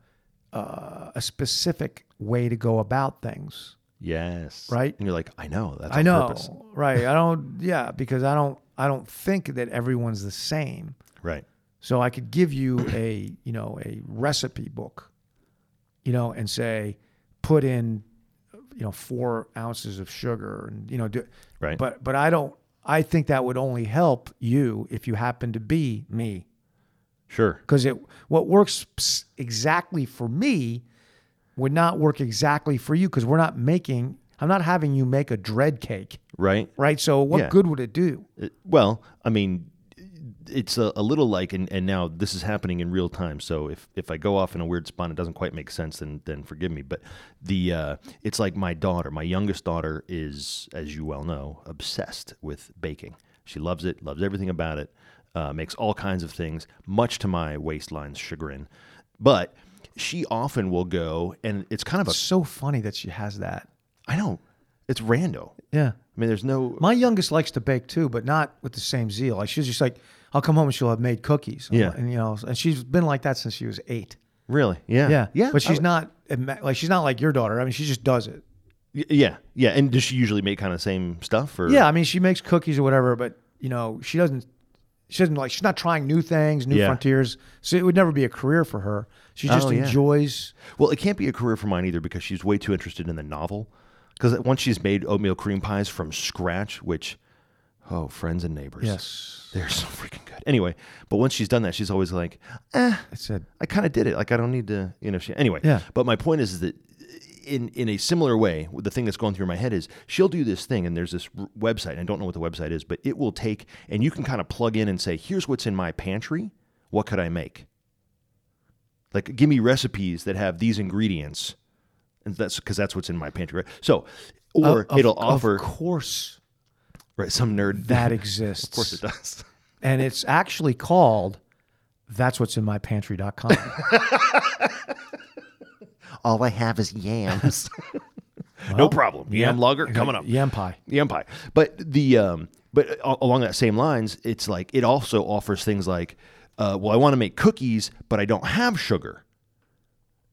Speaker 2: uh, a specific way to go about things.
Speaker 1: Yes.
Speaker 2: Right?
Speaker 1: And you're like, I know. That's
Speaker 2: I
Speaker 1: on
Speaker 2: know,
Speaker 1: Purpose.
Speaker 2: right? I don't, yeah, because I don't I don't think that everyone's the same.
Speaker 1: Right.
Speaker 2: So I could give you a, you know, a recipe book, you know, and say, put in, you know, four ounces of sugar and, you know, do,
Speaker 1: Right.
Speaker 2: but, but I don't, I think that would only help you if you happen to be me.
Speaker 1: Sure.
Speaker 2: Cause it, what works s- exactly for me would not work exactly for you. Cause we're not making, I'm not having you make a dread cake.
Speaker 1: Right.
Speaker 2: Right. So what
Speaker 1: Yeah.
Speaker 2: good would it do?
Speaker 1: It- well, I mean, it's a, a little like, and, and now this is happening in real time. So if, if I go off in a weird spot, and it doesn't quite make sense. Then then forgive me. But the uh, it's like my daughter, my youngest daughter, is as you well know, obsessed with baking. She loves it, loves everything about it, uh, makes all kinds of things, much to my waistline's chagrin. But she often will go, and it's kind of a,
Speaker 2: It's so funny that she has that.
Speaker 1: I know, it's rando.
Speaker 2: Yeah.
Speaker 1: I mean, there's no,
Speaker 2: My youngest likes to bake too, but not with the same zeal. Like she's just like, I'll come home and she'll have made cookies.
Speaker 1: Yeah.
Speaker 2: And you know, and she's been like that since she was eight.
Speaker 1: really, yeah.
Speaker 2: Yeah.
Speaker 1: Yeah.
Speaker 2: But she's
Speaker 1: I-
Speaker 2: not not like she's not like your daughter. I mean, she just does it.
Speaker 1: Y- Yeah, yeah. And does she usually make kind of the same stuff? Or
Speaker 2: Yeah, I mean, she makes cookies or whatever, but you know, she doesn't. She doesn't like. She's not trying new things, new
Speaker 1: Yeah.
Speaker 2: frontiers. So it would never be a career for her. She just
Speaker 1: Oh, yeah.
Speaker 2: enjoys.
Speaker 1: Well, it can't be a career for mine either because she's way too interested in the novel. Because once she's made oatmeal cream pies from scratch, which, oh, friends and neighbors,
Speaker 2: Yes.
Speaker 1: they're so freaking good. Anyway, but once she's done that, she's always like, eh,
Speaker 2: It's a
Speaker 1: I kind of did it. Like I don't need to, you know. She, anyway,
Speaker 2: Yeah.
Speaker 1: But my point is, is that in in a similar way, the thing that's going through my head is she'll do this thing, and there's this r- website. and I don't know what the website is, but it will take, and you can kind of plug in and say, here's what's in my pantry. What could I make? Like, give me recipes that have these ingredients, and that's because that's what's in my pantry. Right? So, or
Speaker 2: of-
Speaker 1: it'll
Speaker 2: of
Speaker 1: offer
Speaker 2: course,
Speaker 1: right some nerd
Speaker 2: that
Speaker 1: [LAUGHS]
Speaker 2: exists.
Speaker 1: of course it does.
Speaker 2: and it's actually called. That's what's in
Speaker 1: [LAUGHS]
Speaker 2: my pantry.com.
Speaker 6: All I have is yams.
Speaker 1: no problem. Yam lager coming up.
Speaker 2: Yam pie.
Speaker 1: the empire. But the um, but a- along that same lines, it's like it also offers things like, uh, well, I want to make cookies, but I don't have sugar,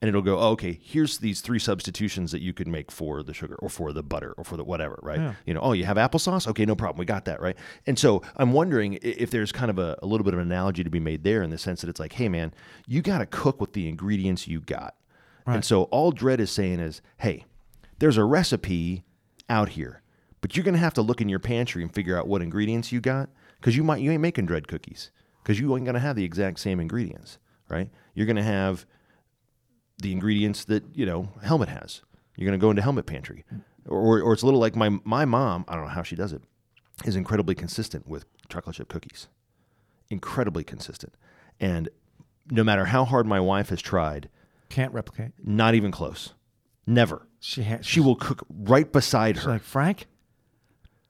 Speaker 1: and it'll go, oh, okay, here's these three substitutions that you could make for the sugar or for the butter or for the whatever, right? You know, oh, you have applesauce, okay, no problem, we got that, right? And so I'm wondering i- if there's kind of a, a little bit of an analogy to be made there in the sense that it's like, hey, man, you got to cook with the ingredients you got. And so all Dread is saying is, hey, there's a recipe out here, but you're gonna have to look in your pantry and figure out what ingredients you got, because you might you ain't making Dread cookies, because you ain't gonna have the exact same ingredients, right? You're gonna have the ingredients that you know Helmet has. You're gonna go into Helmet pantry, or or it's a little like my my mom. I don't know how she does it. Is incredibly consistent with chocolate chip cookies incredibly consistent. And no matter how hard my wife has tried,
Speaker 2: Can't replicate.
Speaker 1: not even close. Never.
Speaker 2: She ha-
Speaker 1: She will cook right beside
Speaker 2: She's
Speaker 1: her.
Speaker 2: like Frank.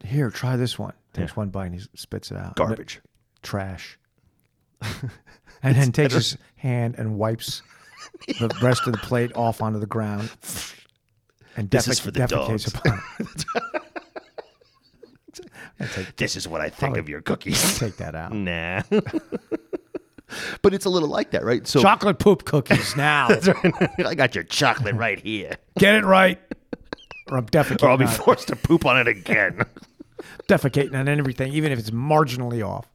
Speaker 2: Here, try this one. Takes one bite and he spits it out.
Speaker 1: Garbage. [LAUGHS]
Speaker 2: trash. and then takes his hand and
Speaker 1: [LAUGHS]
Speaker 2: wipes the rest of the plate off onto the ground. And
Speaker 1: This
Speaker 2: defec-
Speaker 1: is for the dogs.
Speaker 2: defecates upon it.
Speaker 1: This is what I think of your cookies. [LAUGHS]
Speaker 2: Take that out.
Speaker 1: nah. but it's a little like that, right? So
Speaker 2: [LAUGHS] Chocolate poop
Speaker 1: [LAUGHS]
Speaker 2: cookies now.
Speaker 1: I got your chocolate right here.
Speaker 2: Get it right. Or
Speaker 1: Or I'll
Speaker 2: I'm
Speaker 1: be
Speaker 2: defecating, on,
Speaker 1: forced to poop on it again. [LAUGHS]
Speaker 2: defecating on everything, even if it's marginally off.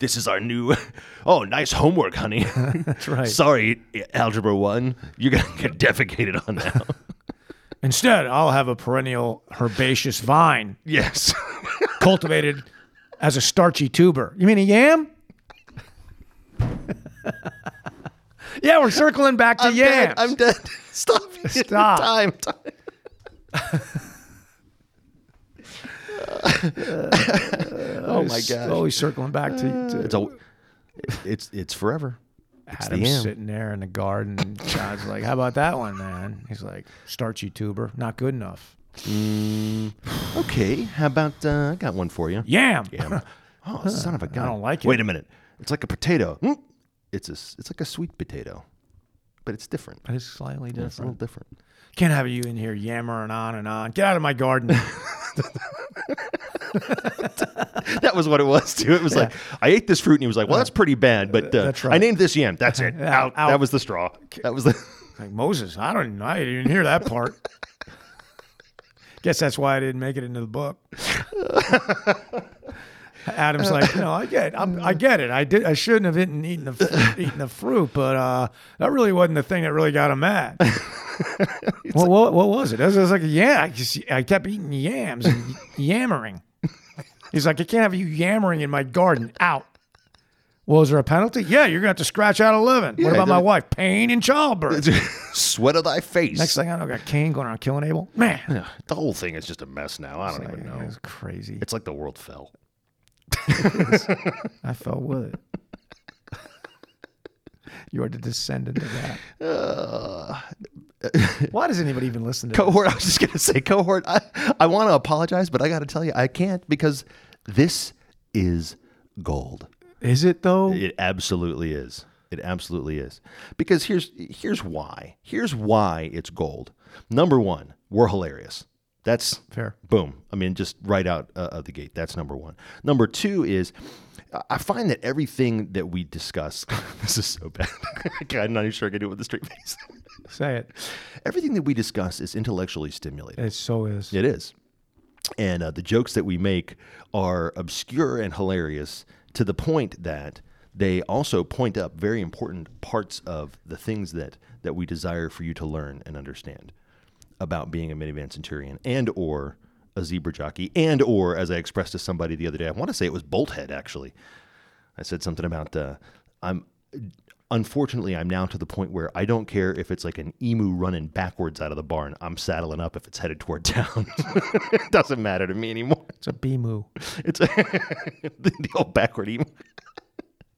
Speaker 1: this is our new [LAUGHS] Oh, nice homework, honey.
Speaker 2: [LAUGHS] That's right.
Speaker 1: Sorry, algebra 1. You're going to get defecated on
Speaker 2: [LAUGHS]
Speaker 1: now.
Speaker 2: Instead, I'll have a perennial herbaceous vine
Speaker 1: yes.
Speaker 2: cultivated as a starchy tuber. You mean a yam? [LAUGHS] yeah, we're circling back to
Speaker 1: I'm dead.
Speaker 2: yams.
Speaker 1: I'm dead. [LAUGHS] Stop. it.
Speaker 2: Stop.
Speaker 1: Time. Time. oh my
Speaker 2: It's
Speaker 1: gosh. Uh,
Speaker 2: Always circling back to, to
Speaker 1: It's a, it's it's forever. It's
Speaker 2: Adam's
Speaker 1: the end.
Speaker 2: sitting there in the garden. And John's like, "How about that one, man?" He's like, "Starchy tuber, not good enough."
Speaker 1: Okay, how about uh, I got one for you?
Speaker 2: Yam. [LAUGHS]
Speaker 1: Yam. Oh, son of a gun!
Speaker 2: don't like it.
Speaker 1: Wait a minute. It's like a potato. Mm. It's a s- it's like a sweet potato, but it's different.
Speaker 2: But it's slightly different.
Speaker 1: It's a little different.
Speaker 2: Can't have you in here yammering on and on. Get out of my garden.
Speaker 1: [LAUGHS] That was what it was too. It was like I ate this fruit and he was like, "Well, that's pretty bad," but uh,
Speaker 2: That's
Speaker 1: I
Speaker 2: right.
Speaker 1: named this yam. That's it. out.
Speaker 2: out.
Speaker 1: That was the straw. That was the. [LAUGHS]
Speaker 2: like Moses, I don't. I didn't even hear that part. Guess that's why I didn't make it into the book. [LAUGHS] Adam's like, no, I get, I'm, I get it. I did. I shouldn't have eaten, eaten the, fr- eaten the fruit, but uh, that really wasn't the thing that really got him mad. [LAUGHS] well, what, what was it? It was, it was like, yeah, I, just, I kept eating yams and yammering. He's like, I can't have you yammering in my garden. Out. Well, is there a penalty? Yeah, you're gonna have to scratch out a living. what about my
Speaker 1: that-
Speaker 2: wife? Pain and childbirth.
Speaker 1: sweat of thy face.
Speaker 2: Next thing I know, I got Kane going around killing Abel. Man,
Speaker 1: The whole thing is just a mess now. I don't even know.
Speaker 2: it's crazy.
Speaker 1: It's like the world fell.
Speaker 2: I fell with [LAUGHS] it.
Speaker 1: [LAUGHS]
Speaker 2: you are the descendant of that. Why does anybody even listen to this?
Speaker 1: cohort. I was just gonna say cohort. I, I want to apologize, but I got to tell you, I can't because this is gold.
Speaker 2: Is it though?
Speaker 1: It absolutely is. It absolutely is. Because here's here's why. Here's why it's gold. Number one, we're hilarious. That's
Speaker 2: Fair.
Speaker 1: Boom. I mean, just right out uh, of the gate. That's number one. Number two is, I- I find that everything that we discuss, [LAUGHS] this is so bad. [LAUGHS] God, I'm not even sure I can do it with a straight face.
Speaker 2: Say it.
Speaker 1: everything that we discuss is intellectually stimulating.
Speaker 2: It so is.
Speaker 1: It is. And uh, the jokes that we make are obscure and hilarious to the point that they also point up very important parts of the things that, that we desire for you to learn and understand about being a minivan centurion and or a zebra jockey and or as I expressed to somebody the other day, I want to say it was Bolthead actually. I said something about uh, I'm unfortunately I'm now to the point where I don't care if it's like an emu running backwards out of the barn. I'm saddling up if it's headed toward town. [LAUGHS] it doesn't matter to me anymore.
Speaker 2: It's a bee moo.
Speaker 1: It's [LAUGHS] the, the old backward emu. [LAUGHS]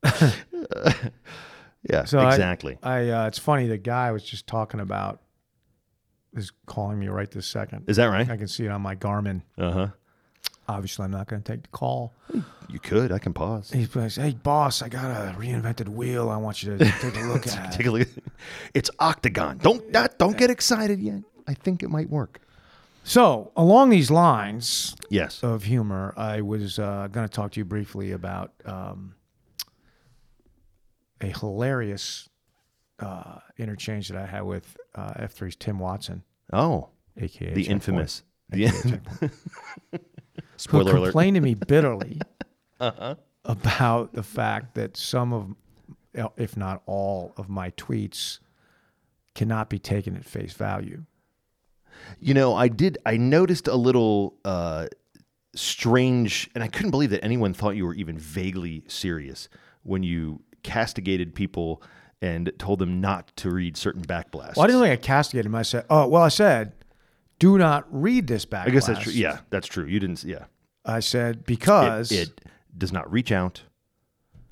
Speaker 1: Uh, yeah,
Speaker 2: So I-
Speaker 1: exactly.
Speaker 2: I, uh, it's funny. The guy was just talking about is calling me right this second.
Speaker 1: Is that right?
Speaker 2: I can see it on my Garmin.
Speaker 1: Uh huh.
Speaker 2: Obviously, I'm not going to take the call.
Speaker 1: You could. I can pause.
Speaker 2: He's like, "Hey, boss, I got a reinvented wheel. I want you to take a look
Speaker 1: [LAUGHS]
Speaker 2: at."
Speaker 1: Take a look. It's octagon. Don't not, don't get excited yet. I think it might work.
Speaker 2: So, along these lines
Speaker 1: Yes.
Speaker 2: of humor, I was uh, going to talk to you briefly about um, a hilarious uh, interchange that I had with uh, F3's Tim Watson,
Speaker 1: Oh,
Speaker 2: aka
Speaker 1: the
Speaker 2: Checkpoint.
Speaker 1: infamous. The [LAUGHS]
Speaker 2: who
Speaker 1: spoiler alert. Uh-huh.
Speaker 2: complained to
Speaker 1: [LAUGHS]
Speaker 2: me bitterly about the fact that some of, if not all, of my tweets cannot be taken at face value.
Speaker 1: You know, I did. I noticed a little uh, strange, and I couldn't believe that anyone thought you were even vaguely serious when you castigated people and told them not to read certain backblasts.
Speaker 2: Well, I didn't think I castigated him. I said, "Oh, well," I said, "Do not read this back."
Speaker 1: I guess that's true. Yeah, that's true. You didn't. Yeah,
Speaker 2: I said
Speaker 1: it,
Speaker 2: because
Speaker 1: it does not reach out,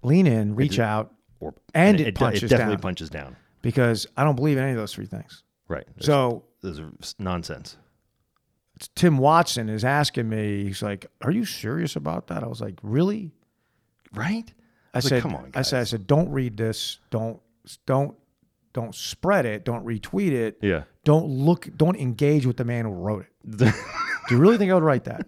Speaker 2: lean in, reach out,
Speaker 1: or
Speaker 2: and it,
Speaker 1: de-
Speaker 2: punches
Speaker 1: it definitely
Speaker 2: down
Speaker 1: punches down.
Speaker 2: because I don't believe in any of those three things.
Speaker 1: Right. That's,
Speaker 2: So
Speaker 1: that's nonsense.
Speaker 2: Tim Watson is asking me. He's like, "Are you serious about that?" I was like, "Really?"
Speaker 1: Right.
Speaker 2: I
Speaker 1: It's like,
Speaker 2: said,
Speaker 1: come on,
Speaker 2: I said, I
Speaker 1: guys.
Speaker 2: said, don't read this. Don't, don't, don't spread it. Don't retweet it.
Speaker 1: Yeah.
Speaker 2: Don't look. Don't engage with the man who wrote it.
Speaker 1: [LAUGHS]
Speaker 2: Do you really think I would write that?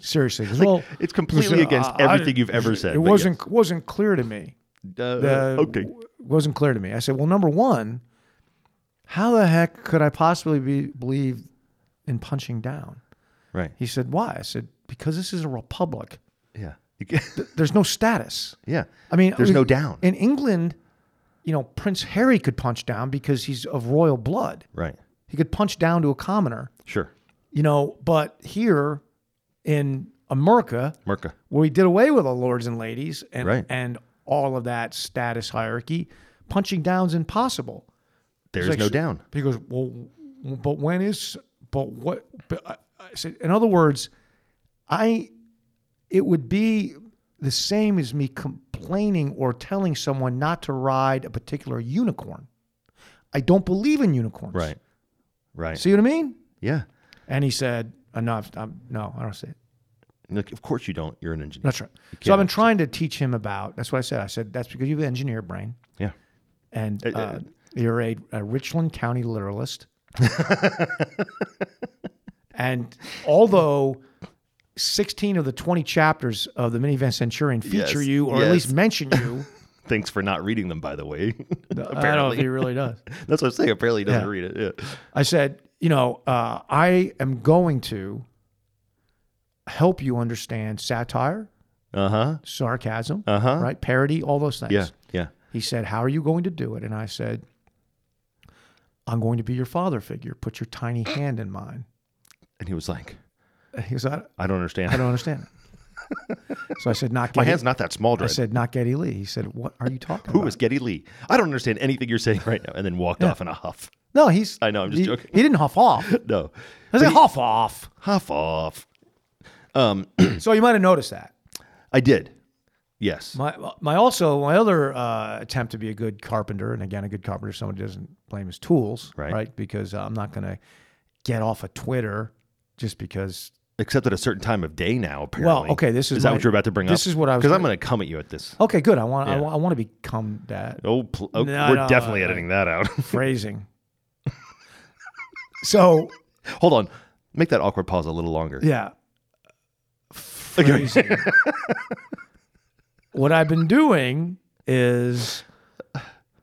Speaker 2: Seriously, 'cause, well,
Speaker 1: It's completely
Speaker 2: listen,
Speaker 1: against
Speaker 2: I- I-
Speaker 1: everything you've ever said.
Speaker 2: It
Speaker 1: but
Speaker 2: wasn't wasn't clear to me.
Speaker 1: yeah. Uh,
Speaker 2: The-
Speaker 1: okay.
Speaker 2: wasn't clear to me. I said, well, number one, how the heck could I possibly be believe in punching down?
Speaker 1: Right.
Speaker 2: [LAUGHS] He said, why? I said, because this is a republic.
Speaker 1: Yeah. You get-
Speaker 2: There's no status.
Speaker 1: [LAUGHS] yeah.
Speaker 2: I mean,
Speaker 1: There's
Speaker 2: with-
Speaker 1: no down.
Speaker 2: In England, you know, Prince Harry could punch down because he's of royal blood.
Speaker 1: Right.
Speaker 2: He could punch down to a commoner,
Speaker 1: Sure.
Speaker 2: you know, but here in America,
Speaker 1: Merca.
Speaker 2: where we did away with the lords and ladies and
Speaker 1: Right.
Speaker 2: and all of that status hierarchy, punching down's impossible.
Speaker 1: There's
Speaker 2: like
Speaker 1: no
Speaker 2: sh-
Speaker 1: down.
Speaker 2: He goes, well, w- but when is, but what, but I, I said, in other words, I, it would be the same as me complaining or telling someone not to ride a particular unicorn. I don't believe in unicorns.
Speaker 1: Right. Right.
Speaker 2: See what I mean?
Speaker 1: yeah.
Speaker 2: And he said, enough. I'm, no, I don't say it.
Speaker 1: Look, of course you don't. You're an engineer.
Speaker 2: That's right. So I've been trying to teach him about, that's what I said. I said, that's because you have an engineer brain
Speaker 1: Yeah.
Speaker 2: and
Speaker 1: Uh,
Speaker 2: uh, you're a, a Richland
Speaker 1: [LAUGHS]
Speaker 2: County literalist. and although 16 of the 20 chapters of the Minivan Centurion feature
Speaker 1: Yes,
Speaker 2: you, or at least
Speaker 1: yes. [LAUGHS]
Speaker 2: mention you,
Speaker 1: Thanks for not reading them, by the way. [LAUGHS]
Speaker 2: I don't know if he really does.
Speaker 1: That's what I'm saying. Apparently he doesn't
Speaker 2: Yeah.
Speaker 1: read it. Yeah.
Speaker 2: I said, you know, uh, I am going to help you understand satire,
Speaker 1: Uh huh.
Speaker 2: sarcasm,
Speaker 1: Uh-huh.
Speaker 2: right? Parody, all those things.
Speaker 1: Yeah. Yeah.
Speaker 2: He said, How are you going to do it? And I said, I'm going to be your father figure. Put your tiny hand in mine.
Speaker 1: And he was like,
Speaker 2: And he goes, I,
Speaker 1: I don't understand.
Speaker 2: I
Speaker 1: [LAUGHS]
Speaker 2: don't understand it. so I said, Not
Speaker 1: My
Speaker 2: Getty.
Speaker 1: hand's not that small,
Speaker 2: I
Speaker 1: Dred.
Speaker 2: said, Not Getty Lee. He said, What are you talking
Speaker 1: Who
Speaker 2: about?
Speaker 1: is Getty Lee? I don't understand anything you're saying right now. And then walked off in a huff.
Speaker 2: No, he's.
Speaker 1: I know, I'm just
Speaker 2: he-
Speaker 1: joking.
Speaker 2: He didn't
Speaker 1: [LAUGHS]
Speaker 2: huff off.
Speaker 1: No.
Speaker 2: I said, Huff off.
Speaker 1: Huff off.
Speaker 2: So you might have noticed that.
Speaker 1: I did. Yes.
Speaker 2: My my also my other uh, attempt to be a good carpenter, and again, a good carpenter, is someone who doesn't blame his tools,
Speaker 1: Right.
Speaker 2: Because I'm not going to get off of Twitter just because.
Speaker 1: Except at a certain time of day now, apparently.
Speaker 2: okay, this is
Speaker 1: is that
Speaker 2: my-
Speaker 1: what you're about to bring up?
Speaker 2: this is what I was
Speaker 1: Because I'm
Speaker 2: gonna-
Speaker 1: going to come at you at this.
Speaker 2: Okay, good. I want I
Speaker 1: Yeah.
Speaker 2: wa- I, want to become
Speaker 1: [LAUGHS]
Speaker 2: that
Speaker 1: Oh, pl- oh,
Speaker 2: No,
Speaker 1: we're
Speaker 2: no,
Speaker 1: definitely
Speaker 2: no, no.
Speaker 1: editing that out.
Speaker 2: phrasing. so
Speaker 1: Hold on. Make that awkward pause a little longer.
Speaker 2: yeah,
Speaker 1: Okay.
Speaker 2: phrasing. what I've been doing is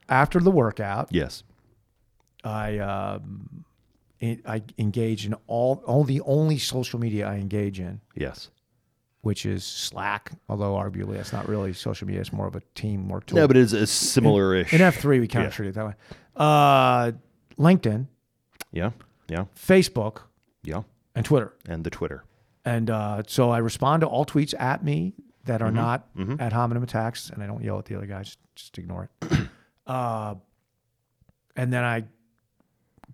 Speaker 2: after the workout,
Speaker 1: Yes.
Speaker 2: I um, en- I engage in all all the only social media I engage in,
Speaker 1: Yes.
Speaker 2: which is Slack. Although arguably that's not really social media; it's more of a teamwork tool.
Speaker 1: No, but it's a similar-ish.
Speaker 2: in F three, we kind
Speaker 1: Yeah.
Speaker 2: of treat it that way. Uh, LinkedIn,
Speaker 1: yeah. Yeah.
Speaker 2: Facebook,
Speaker 1: Yeah.
Speaker 2: and Twitter,
Speaker 1: And the Twitter.
Speaker 2: and uh, so I respond to all tweets at me that are
Speaker 1: Mm-hmm.
Speaker 2: not ad hominem attacks, and I don't yell at the other guys; just ignore
Speaker 1: [CLEARS THROAT]
Speaker 2: it. uh, and then I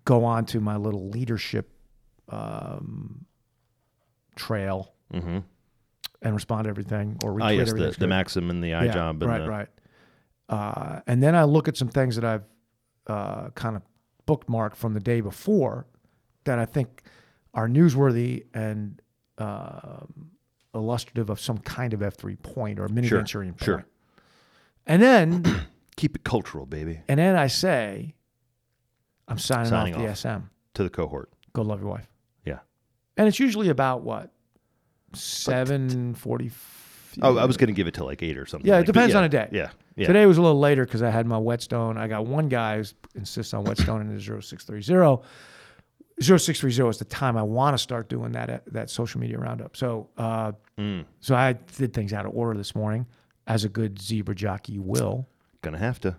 Speaker 2: go on to my little leadership um, trail
Speaker 1: Mhm.
Speaker 2: and respond to everything or retweet
Speaker 1: Ah, yes. The,
Speaker 2: everything.
Speaker 1: the Maxim and the
Speaker 2: Yeah,
Speaker 1: iJob. and
Speaker 2: right,
Speaker 1: the,
Speaker 2: right. Uh, and then I look at some things that I've uh, kind of bookmarked from the day before that I think are newsworthy and um illustrative of some kind of F3 point or mini
Speaker 1: Sure,
Speaker 2: Venturian point.
Speaker 1: sure.
Speaker 2: And then
Speaker 1: Keep it cultural, baby.
Speaker 2: and then I say, I'm signing,
Speaker 1: Signing
Speaker 2: off the
Speaker 1: off.
Speaker 2: SM.
Speaker 1: To the cohort.
Speaker 2: Go love your wife.
Speaker 1: Yeah.
Speaker 2: And it's usually about what? seven forty.
Speaker 1: Oh, I was going to give it to like eight or something.
Speaker 2: Yeah, it
Speaker 1: like- but
Speaker 2: depends
Speaker 1: yeah,
Speaker 2: on a day.
Speaker 1: Yeah. Yeah.
Speaker 2: Today was a little later because I had my whetstone. I got one guy who insists on whetstone in the 0630. 0630 is the time I want to start doing that uh, that social media roundup. So, uh, so I did things out of order this morning, as a good zebra jockey will.
Speaker 1: Gonna have to.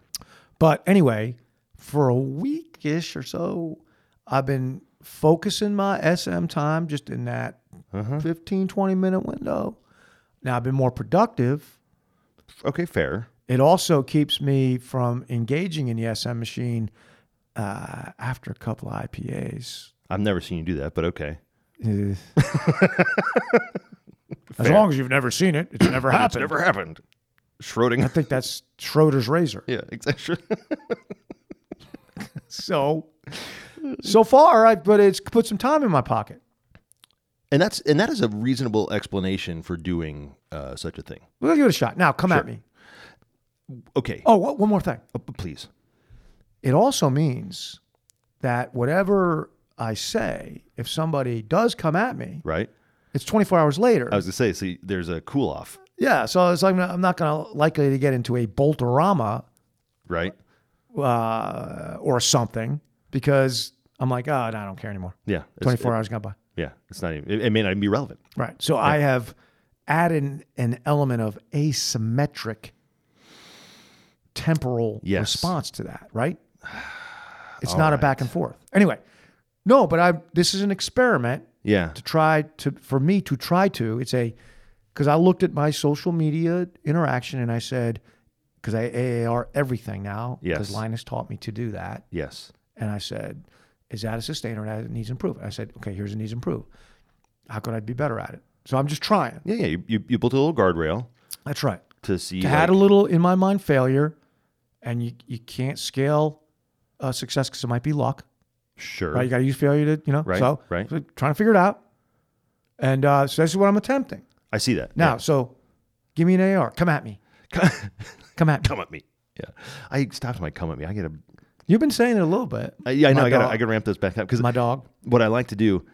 Speaker 2: But anyway, for a week ish or so, I've been focusing my SM time just in that fifteen twenty 15, 20 minute window. Now I've been more productive
Speaker 1: Okay, fair.
Speaker 2: it also keeps me from engaging in the SM machine uh, after a couple of
Speaker 1: [LAUGHS]
Speaker 2: IPAs.
Speaker 1: I've never seen you do that, but okay.
Speaker 2: Eh. as long as you've never seen it, it's never happened.
Speaker 1: Never happened. Schroding.
Speaker 2: I think that's Schroeder's razor.
Speaker 1: [LAUGHS] Yeah, exactly.
Speaker 2: So, so far, I but it's put some time in my pocket.
Speaker 1: [LAUGHS] and that's and that is a reasonable explanation for doing uh, such a thing.
Speaker 2: We'll give it a shot. Now, come at me.
Speaker 1: Okay.
Speaker 2: Oh, one one more thing.
Speaker 1: Uh, p- please.
Speaker 2: It also means that whatever I say, if somebody does come at me,
Speaker 1: Right.
Speaker 2: it's 24 hours later.
Speaker 1: I was gonna say. See, there's a cool off.
Speaker 2: Yeah, so it's like I'm not going to likely to get into a Boltorama
Speaker 1: Right.
Speaker 2: uh, or something because I'm like, oh, no, I don't care anymore.
Speaker 1: Yeah. It's-
Speaker 2: 24
Speaker 1: it-
Speaker 2: hours gone by.
Speaker 1: Yeah. It's not even. It, it may not even be relevant.
Speaker 2: Right. So I have added an element of asymmetric temporal
Speaker 1: Yes.
Speaker 2: response to that,
Speaker 1: [SIGHS]
Speaker 2: right? It's not a back and forth. Anyway, no, but I this is an experiment
Speaker 1: Yeah.
Speaker 2: to try to for me to try to it's a because i looked at my social media interaction and i said because i aar everything now
Speaker 1: Yes.
Speaker 2: linus taught me to do that
Speaker 1: Yes.
Speaker 2: and i said is that a sustainer and that needs improvement i said okay here's a needs improve how could i be better at it so i'm just trying
Speaker 1: Yeah. Yeah. You, you, you built a little guardrail
Speaker 2: that's right
Speaker 1: to see.
Speaker 2: I had a
Speaker 1: like-
Speaker 2: little in my mind failure and you, you can't scale uh, success because it might be luck
Speaker 1: sure.
Speaker 2: right you got to use failure to you know
Speaker 1: Right,
Speaker 2: so
Speaker 1: right.
Speaker 2: so trying to figure it out and uh, so this is what i'm attempting
Speaker 1: I see that.
Speaker 2: Now, so give me an AR. Come at me.
Speaker 1: Yeah. [LAUGHS]
Speaker 2: Come at me.
Speaker 1: come at me. Yeah. I stopped my come at me. I gotta.
Speaker 2: [LAUGHS] You've been saying it a little bit.
Speaker 1: I, Uh, yeah. I know.
Speaker 2: My
Speaker 1: I gotta.
Speaker 2: dog.
Speaker 1: I gotta ramp this back up because
Speaker 2: My dog.
Speaker 1: what I like to do,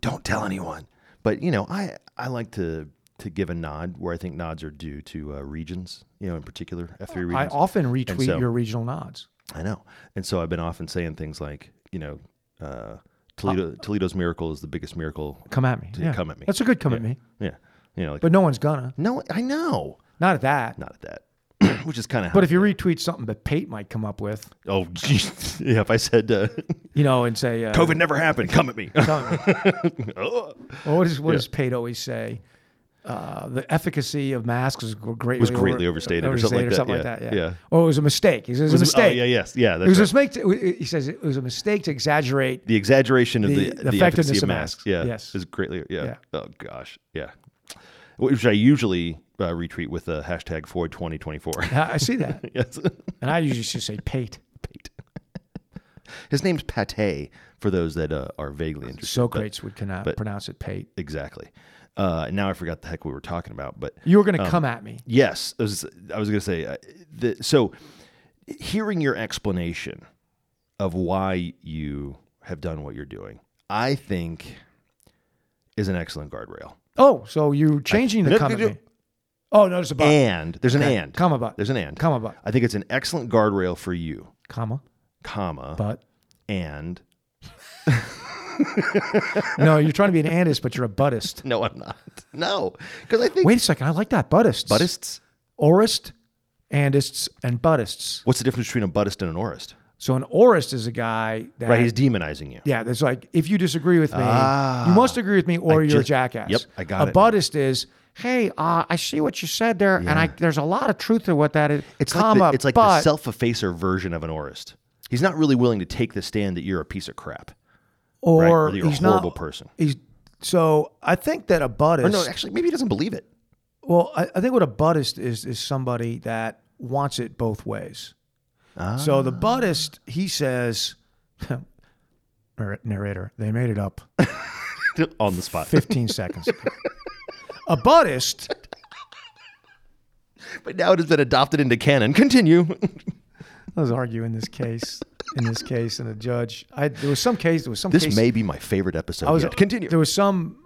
Speaker 1: don't tell anyone. But you know, I I like to to give a nod where I think nods are due to uh, regions, you know, in particular F three
Speaker 2: I
Speaker 1: regions.
Speaker 2: often retweet
Speaker 1: so-
Speaker 2: your regional nods.
Speaker 1: I know, and so I've been often saying things like, you know, uh, Toledo Toledo's miracle is the biggest miracle.
Speaker 2: Come at me.
Speaker 1: To
Speaker 2: Yeah.
Speaker 1: come at me.
Speaker 2: That's a good come at me.
Speaker 1: Yeah, you know, like
Speaker 2: But no one's gonna.
Speaker 1: no, I know,
Speaker 2: Not at that.
Speaker 1: not at that, [CLEARS THROAT] which is kind of.
Speaker 2: But if you retweet something that Pate might come up with,
Speaker 1: oh, [LAUGHS] geez. yeah, if I said uh,
Speaker 2: you know, and say uh,
Speaker 1: COVID never happened, come [LAUGHS] at me.
Speaker 2: [LAUGHS] tell me-
Speaker 1: Oh.
Speaker 2: well, what, is, what does Pate always say? Uh, the efficacy of masks was greatly
Speaker 1: Was greatly overstated or something like that, yeah,
Speaker 2: yeah.
Speaker 1: yeah.
Speaker 2: Or it was a mistake. He says it was a
Speaker 1: Oh,
Speaker 2: mistake.
Speaker 1: yeah, yes, yeah.
Speaker 2: It
Speaker 1: That's
Speaker 2: was a
Speaker 1: right.
Speaker 2: mistake. To, he says it was a mistake to exaggerate [LAUGHS]
Speaker 1: the exaggeration of
Speaker 2: The-
Speaker 1: the,
Speaker 2: the
Speaker 1: the,
Speaker 2: effectiveness
Speaker 1: efficacy of
Speaker 2: of
Speaker 1: masks.
Speaker 2: masks.
Speaker 1: Yeah.
Speaker 2: Yes.
Speaker 1: Is greatly yeah.
Speaker 2: Yeah.
Speaker 1: Oh gosh. Yeah. which I usually uh, retweet with the hashtag Ford 2024.
Speaker 2: I I see that.
Speaker 1: [LAUGHS] yes.
Speaker 2: And I usually just say Pate.
Speaker 1: Pate. His name's Pate for those that uh, are vaguely interested.
Speaker 2: Socrates would cannot pronounce it Pate.
Speaker 1: But, exactly. Uh, now I forgot the heck we were talking about, but
Speaker 2: You were going to come at me.
Speaker 1: yes, I was, I was going to say uh, the, so. Hearing your explanation of why you have done what you're doing, I think, is an excellent guardrail.
Speaker 2: Oh, so you're changing the
Speaker 1: No,
Speaker 2: come at
Speaker 1: no,
Speaker 2: me. Oh, no, there's a but.
Speaker 1: And there's an
Speaker 2: Okay,
Speaker 1: and
Speaker 2: comma, but.
Speaker 1: there's an and
Speaker 2: Comma, but.
Speaker 1: I think it's an excellent guardrail for you,
Speaker 2: Comma,
Speaker 1: comma,
Speaker 2: but.
Speaker 1: and
Speaker 2: No, you're trying to be an antist, but you're
Speaker 1: [LAUGHS]
Speaker 2: a buddhist.
Speaker 1: no, I'm not. No, because I think
Speaker 2: Wait a second. I like that. Buddhists.
Speaker 1: buddhists.
Speaker 2: Orist, andists, and buddhists.
Speaker 1: What's the difference between a buddhist and an orist?
Speaker 2: So an orist is a guy that.
Speaker 1: Right, he's demonizing you.
Speaker 2: Yeah, that's like if you disagree with me, you must agree with me, or
Speaker 1: Ah, I
Speaker 2: you're
Speaker 1: just-
Speaker 2: a jackass.
Speaker 1: yep, I got
Speaker 2: A
Speaker 1: it.
Speaker 2: Buddhist is, hey, uh, I see what you said there, and I there's a lot of truth to what that is.
Speaker 1: It's
Speaker 2: comma,
Speaker 1: like the, it's like
Speaker 2: but,
Speaker 1: the self-effacer version of an orist. He's not really willing to take the stand that you're a piece of crap.
Speaker 2: or
Speaker 1: right, or that you're a
Speaker 2: he's
Speaker 1: horrible
Speaker 2: not,
Speaker 1: person.
Speaker 2: He's so I think that a Buddhist.
Speaker 1: Or no, eh. actually, maybe he doesn't believe it.
Speaker 2: Well, I, I think what a Buddhist is is somebody that wants it both ways. So
Speaker 1: Ah.
Speaker 2: the Buddhist, he says, [LAUGHS] narr- narrator, they made it up.
Speaker 1: [LAUGHS] On the spot.
Speaker 2: 15 seconds. ago. A Buddhist
Speaker 1: But now it has been adopted into canon. Continue.
Speaker 2: I was arguing this case, in this case, and a judge. I there was some case. There was some.
Speaker 1: this
Speaker 2: case,
Speaker 1: may be my favorite episode.
Speaker 2: I was
Speaker 1: yet. Continue.
Speaker 2: There was some.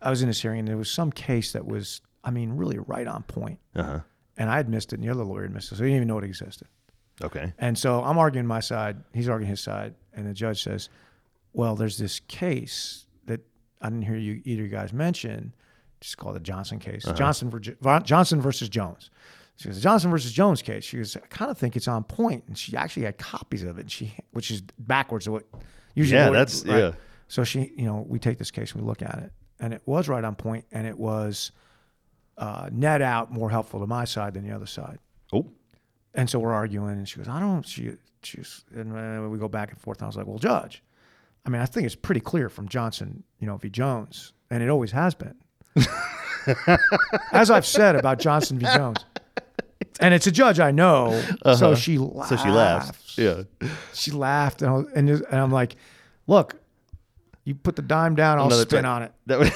Speaker 2: I was in this hearing, and there was some case that was, I mean, really right on point.
Speaker 1: Uh-huh.
Speaker 2: And I had missed it, and the other lawyer had missed it, so he didn't even know it existed.
Speaker 1: Okay.
Speaker 2: And so I'm arguing my side. He's arguing his side, and the judge says, "Well, there's this case that I didn't hear you either you guys mention. Just call it the Johnson case.
Speaker 1: Uh-huh.
Speaker 2: Johnson ver- Von- Johnson versus Jones." She goes, "The Johnson versus Jones case." She goes, "I kind of think it's on point," and she actually had copies of it. And she, which is backwards of what usually.
Speaker 1: Yeah,
Speaker 2: lawyers-
Speaker 1: that's- yeah.
Speaker 2: So she, you know, we take this case and we look at it, and it was right on point, and it was uh, net out more helpful to my side than the other side.
Speaker 1: Oh,
Speaker 2: And so we're arguing, and she goes, I don't, she, she's, and uh, we go back and forth. And I was like, well, Judge, I mean, I think it's pretty clear from Johnson, you know, v. Jones, and it always has been. As I've said about Johnson v. Jones. And it's a judge I know. So she laughed.
Speaker 1: Uh-huh. so she laughs. Yeah. [LAUGHS]
Speaker 2: She laughed, and, I was, and, just- and I'm like, look, you put the dime down, I'll
Speaker 1: Another
Speaker 2: spin
Speaker 1: time.
Speaker 2: on it.
Speaker 1: That was,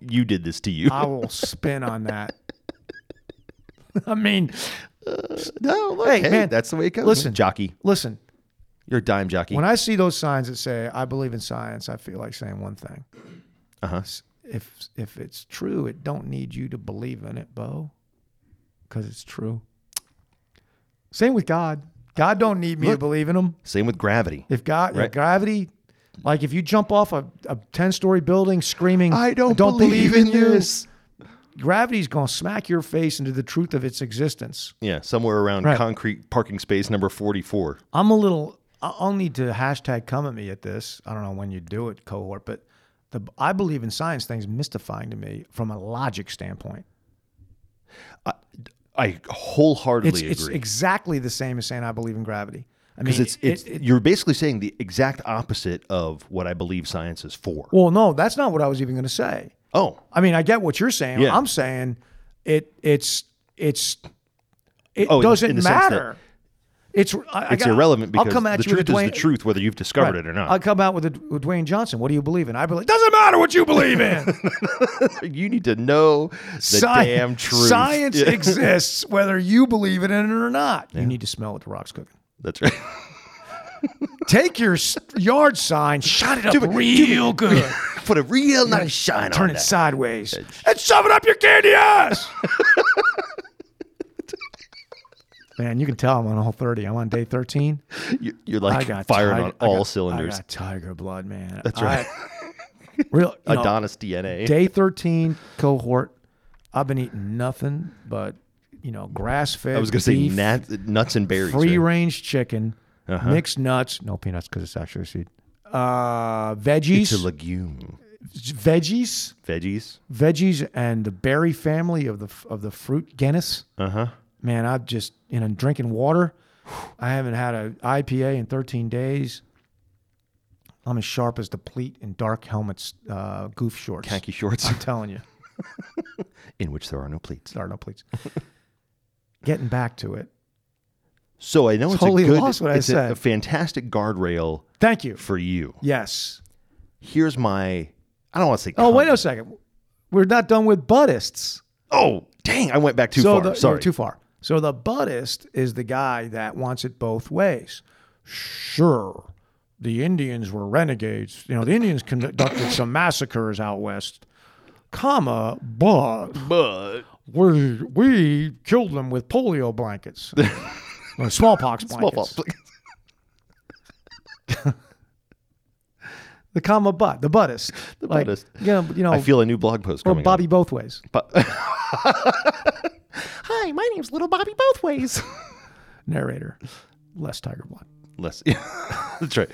Speaker 1: [LAUGHS] you did this to you.
Speaker 2: I will spin on that. [LAUGHS] I mean,
Speaker 1: no, look,
Speaker 2: Hey,
Speaker 1: hey,
Speaker 2: man,
Speaker 1: that's the way it goes.
Speaker 2: listen.
Speaker 1: jockey.
Speaker 2: listen,
Speaker 1: You're a dime jockey.
Speaker 2: When I see those signs that say "I believe in science," I feel like saying one thing. Uh
Speaker 1: Uh-huh.
Speaker 2: If if it's true, it don't need you to believe in it, Bo, because it's true. Same with God. God don't need me to believe in him.
Speaker 1: Same with gravity.
Speaker 2: If God, if
Speaker 1: Right.
Speaker 2: gravity, like if you jump off a, a ten story building screaming, you," Gravity's gonna smack your face into the truth of its existence.
Speaker 1: Yeah, somewhere around
Speaker 2: Right.
Speaker 1: concrete parking space number 44.
Speaker 2: I'm a little. I- I'll need to hashtag come at me at this. I don't know when you do it, cohort, but the I believe in science thing's mystifying to me from a logic standpoint.
Speaker 1: I wholeheartedly
Speaker 2: It's,
Speaker 1: agree.
Speaker 2: it's exactly the same as saying I believe in gravity. I mean,
Speaker 1: because it's,
Speaker 2: it-
Speaker 1: it's
Speaker 2: it-
Speaker 1: you're basically saying the exact opposite of what I believe science is for.
Speaker 2: well, no, that's not what I was even going to say.
Speaker 1: oh,
Speaker 2: I mean, I get what you're saying.
Speaker 1: Yeah.
Speaker 2: I'm saying it. It's it's it
Speaker 1: Oh, in the-
Speaker 2: doesn't
Speaker 1: in the sense that
Speaker 2: matter. It's I, I
Speaker 1: it's
Speaker 2: got-
Speaker 1: irrelevant because
Speaker 2: I'll come at
Speaker 1: the
Speaker 2: you
Speaker 1: truth
Speaker 2: with a
Speaker 1: is the
Speaker 2: Dwayne-
Speaker 1: truth, whether you've discovered
Speaker 2: Right.
Speaker 1: it or not.
Speaker 2: I'll come out with a with Dwayne Johnson. What do you believe in? I believe doesn't matter what you believe in.
Speaker 1: [LAUGHS] you need to know the
Speaker 2: Sci-
Speaker 1: damn truth.
Speaker 2: Science
Speaker 1: Yeah,
Speaker 2: exists whether you believe in it or not. You need to smell what the rock's cooking.
Speaker 1: [LAUGHS] that's right. [LAUGHS]
Speaker 2: Take your s- yard sign, shut it up
Speaker 1: [LAUGHS]
Speaker 2: real good,
Speaker 1: Put a real nice shine
Speaker 2: turn
Speaker 1: on
Speaker 2: it
Speaker 1: that.
Speaker 2: sideways, and shove it up your candy
Speaker 1: [LAUGHS]
Speaker 2: ass. Man, you can tell I'm on all 30. I'm on day 13.
Speaker 1: You- You're
Speaker 2: I
Speaker 1: like
Speaker 2: got
Speaker 1: firing
Speaker 2: tiger-
Speaker 1: on
Speaker 2: I
Speaker 1: all
Speaker 2: got-
Speaker 1: cylinders.
Speaker 2: I got tiger blood, man.
Speaker 1: That's right.
Speaker 2: I- [LAUGHS] real you
Speaker 1: [LAUGHS]
Speaker 2: know,
Speaker 1: Adonis DNA.
Speaker 2: day 13 cohort. I've been eating nothing but you know grass fed.
Speaker 1: I was gonna say nat- nuts and berries.
Speaker 2: free
Speaker 1: right?
Speaker 2: range chicken, mixed nuts, no peanuts because it's actually a seed. Uh, veggies,
Speaker 1: It's a legume.
Speaker 2: veggies,
Speaker 1: Veggies.
Speaker 2: veggies, and the berry family of the of the fruit genus. Uh huh. Man, I just you know drinking water. I haven't had a IPA in 13 days. I'm as sharp as the pleat in dark helmets, uh, goof shorts.
Speaker 1: Khaki shorts.
Speaker 2: [LAUGHS] I'm telling you.
Speaker 1: in which there are no pleats.
Speaker 2: There are no pleats. Getting back to it.
Speaker 1: So I know it's
Speaker 2: Totally
Speaker 1: a good,
Speaker 2: lost what I
Speaker 1: it's a-
Speaker 2: said.
Speaker 1: a fantastic guardrail
Speaker 2: Thank you.
Speaker 1: for you.
Speaker 2: Yes.
Speaker 1: Here's my, I don't want to say.
Speaker 2: Oh, wait
Speaker 1: comment.
Speaker 2: a second. We're not done with buddists.
Speaker 1: Oh, dang! I went back too
Speaker 2: so
Speaker 1: far.
Speaker 2: The, you're
Speaker 1: Sorry.
Speaker 2: too far. So the buddhist is the guy that wants it both ways. Sure, the Indians were renegades. You know, the Indians conducted some massacres out west, comma, but
Speaker 1: but
Speaker 2: we we killed them with polio
Speaker 1: [LAUGHS]
Speaker 2: blankets, or smallpox blankets. The comma, but the
Speaker 1: [LAUGHS]
Speaker 2: buddhist. The
Speaker 1: Buddhist.
Speaker 2: Yeah, you know,
Speaker 1: I feel a new blog post
Speaker 2: or
Speaker 1: coming.
Speaker 2: Bobby both ways.
Speaker 1: [LAUGHS]
Speaker 7: Hi, my name's Little Bobby Both Ways.
Speaker 2: Narrator, less Tiger Blood.
Speaker 1: Up. [LAUGHS] Less. [LAUGHS] That's right.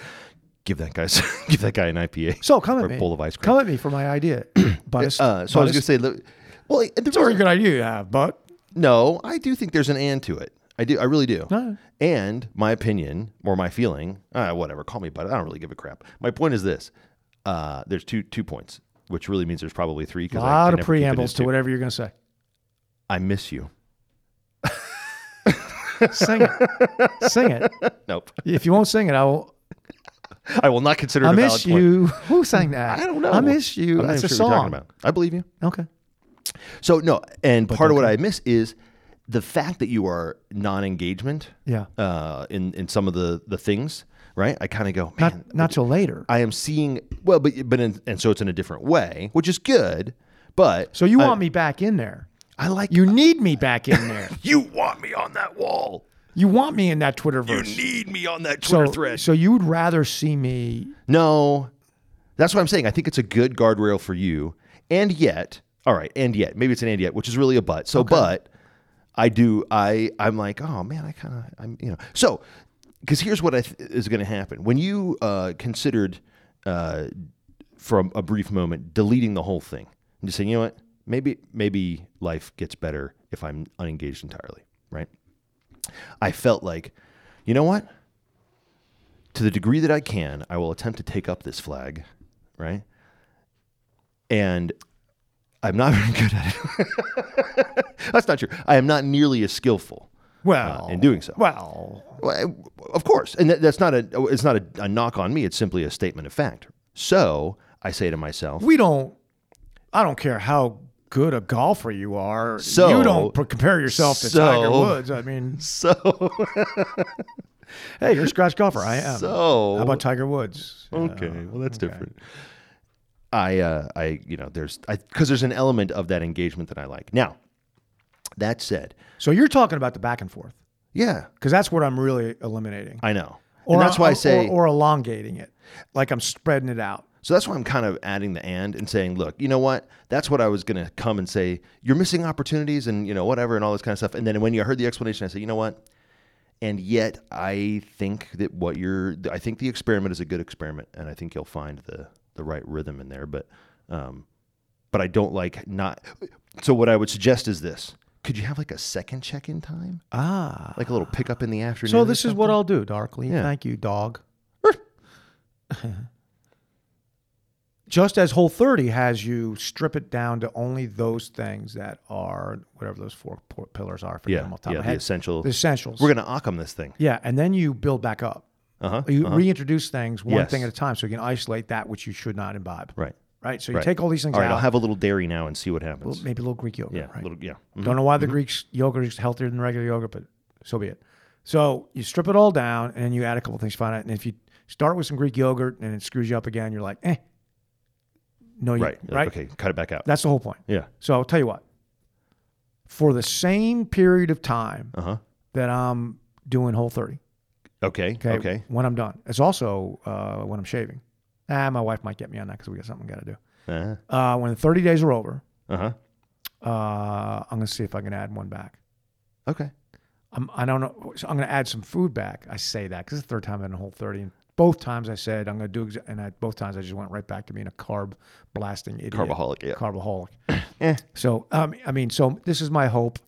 Speaker 1: Give that guy. s- [LAUGHS] Give that guy an IPA.
Speaker 2: So come
Speaker 1: or
Speaker 2: at
Speaker 1: a
Speaker 2: me.
Speaker 1: bowl of ice cream.
Speaker 2: Come at me for my
Speaker 1: [CLEARS THROAT]
Speaker 2: idea, buddhist.
Speaker 1: Uh, so I was going
Speaker 2: Buddhist.
Speaker 1: to say, look, well, the
Speaker 2: It's a very
Speaker 1: reason-
Speaker 2: good idea you have, but
Speaker 1: no, I do think there's an and to it. I do. I really do.
Speaker 2: No.
Speaker 1: And my opinion or my feeling, uh, whatever, call me, but I don't really give a crap. My point is this: uh, there's two two points, which really means there's probably three.
Speaker 2: a
Speaker 1: Because
Speaker 2: lot of preambles to whatever you're going to say.
Speaker 1: I miss you.
Speaker 2: Sing
Speaker 1: [LAUGHS]
Speaker 2: it. sing it.
Speaker 1: Nope. [LAUGHS]
Speaker 2: If you won't sing it, I will.
Speaker 1: I will not consider. It
Speaker 2: I
Speaker 1: a
Speaker 2: miss
Speaker 1: valid point.
Speaker 2: you. [LAUGHS] Who sang that?
Speaker 1: I don't know.
Speaker 2: I miss you.
Speaker 1: I'm not
Speaker 2: That's a
Speaker 1: even sure
Speaker 2: song.
Speaker 1: what you're talking about. I believe you.
Speaker 2: Okay.
Speaker 1: So no, and part of what I miss is the fact that you are non-engagement.
Speaker 2: Yeah.
Speaker 1: Uh, in in some of the the things, right? I kind of go, man.
Speaker 2: Not not till later.
Speaker 1: I am seeing well, but but in, and so it's in a different way, which is good. But
Speaker 2: so you want me back in there?
Speaker 1: I like
Speaker 2: You need me back in
Speaker 1: [LAUGHS]
Speaker 2: there.
Speaker 1: You want me on that wall.
Speaker 2: you want me in that Twitterverse.
Speaker 1: You need me on that Twitter
Speaker 2: so,
Speaker 1: thread.
Speaker 2: so you would rather see me?
Speaker 1: No, that's what I'm saying. I think it's a good guardrail for you. And yet, all right, and yet, maybe it's an and yet, which is really a but. So, but I do. I I'm like, oh man, I kind of I'm you know. So, because here's what I th- is going to happen when you uh, considered uh, from a brief moment deleting the whole thing and just saying, you know what, maybe maybe life gets better if I'm unengaged entirely, right? I felt like, you know what? To the degree that I can, I will attempt to take up this flag, right? And I'm not [LAUGHS] very good at it. [LAUGHS] That's not true. I am not nearly as skillful
Speaker 2: Well,
Speaker 1: in doing so.
Speaker 2: well,
Speaker 1: Well, of course, and that, that's not a it's not a, a knock on me. It's simply a statement of fact. So I say to myself,
Speaker 2: we don't. I don't care how good a golfer you are.
Speaker 1: So-
Speaker 2: you don't pr- compare yourself to Tiger
Speaker 1: so-
Speaker 2: Woods. I mean,
Speaker 1: [LAUGHS] so
Speaker 2: Hey, you're a scratch golfer. I am.
Speaker 1: so
Speaker 2: How about Tiger Woods?
Speaker 1: Okay, well that's different. I uh, I you know there's because there's an element of that engagement that I like. Now, that said,
Speaker 2: So you're talking about the back and forth
Speaker 1: yeah,
Speaker 2: because that's what I'm really eliminating.
Speaker 1: I know, and that's why I say
Speaker 2: or, or elongating it, like I'm spreading it out.
Speaker 1: so. That's why I'm kind of adding the and and saying, look, you know what? That's what I was gonna come and say. You're missing opportunities and you know whatever and all this kind of stuff. And then when you heard the explanation, I said, you know what? And yet, I think that what you're, I think the experiment is a good experiment, and I think you'll find the the right rhythm in there. But um, but I don't like not. So what I would suggest is this: Could you have like a second check-in time,
Speaker 2: Ah.
Speaker 1: like a little pickup in the afternoon?
Speaker 2: So
Speaker 1: or
Speaker 2: this is
Speaker 1: something?
Speaker 2: what I'll do, Darkly.
Speaker 1: Yeah.
Speaker 2: Thank you, dog. [LAUGHS] Just as Whole 30 has you strip it down to only those things that are whatever those four por- pillars are. I forget
Speaker 1: Yeah,
Speaker 2: them off the top
Speaker 1: yeah,
Speaker 2: of
Speaker 1: the
Speaker 2: my head.
Speaker 1: essential-
Speaker 2: The essentials.
Speaker 1: We're gonna Occam this thing.
Speaker 2: yeah, and then you build back up.
Speaker 1: Uh huh.
Speaker 2: You reintroduce things one
Speaker 1: Yes.
Speaker 2: thing at a time so you can isolate that which you should not imbibe.
Speaker 1: Right.
Speaker 2: Right. So you
Speaker 1: Right.
Speaker 2: take all these things
Speaker 1: All right,
Speaker 2: out.
Speaker 1: I'll have a little dairy now and see what happens.
Speaker 2: maybe a little Greek yogurt.
Speaker 1: yeah,
Speaker 2: Right.
Speaker 1: little, mm-hmm. yeah.
Speaker 8: Mm-hmm.
Speaker 2: Don't know why the Greek yogurt is healthier than regular yogurt, but so be it. So you strip it all down and you add a couple things find out. And if you start with some Greek yogurt and it screws you up again, you're like, eh. No, you
Speaker 1: Right. You're
Speaker 2: right.
Speaker 1: like, okay, cut it back out.
Speaker 2: That's the whole point.
Speaker 1: yeah.
Speaker 2: So I'll tell you what. For the same period of time
Speaker 8: uh-huh.
Speaker 1: Uh huh.
Speaker 2: that I'm doing whole 30,
Speaker 1: Okay. Okay.
Speaker 2: okay, when I'm done, it's also uh, when I'm shaving. Ah, my wife might get me on that because we got something we got to do.
Speaker 1: Uh
Speaker 2: Uh, when the 30 days are over,
Speaker 8: uh-huh.
Speaker 1: huh.
Speaker 2: uh, I'm going to see if I can add one back.
Speaker 1: Okay.
Speaker 2: I'm, I don't know. So I'm going to add some food back. I say that because it's the third time in a whole 30. And both times I said I'm going to do, exa- and I, both times I just went right back to being a carb blasting idiot.
Speaker 1: Carboholic, yeah.
Speaker 2: Carboholic. So, um, I mean, so this is my hope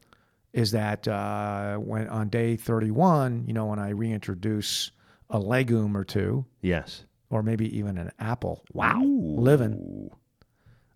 Speaker 2: is that uh, when on day 31, you know, when I reintroduce a legume or two,
Speaker 1: Yes.
Speaker 2: or maybe even an apple. Wow. Living.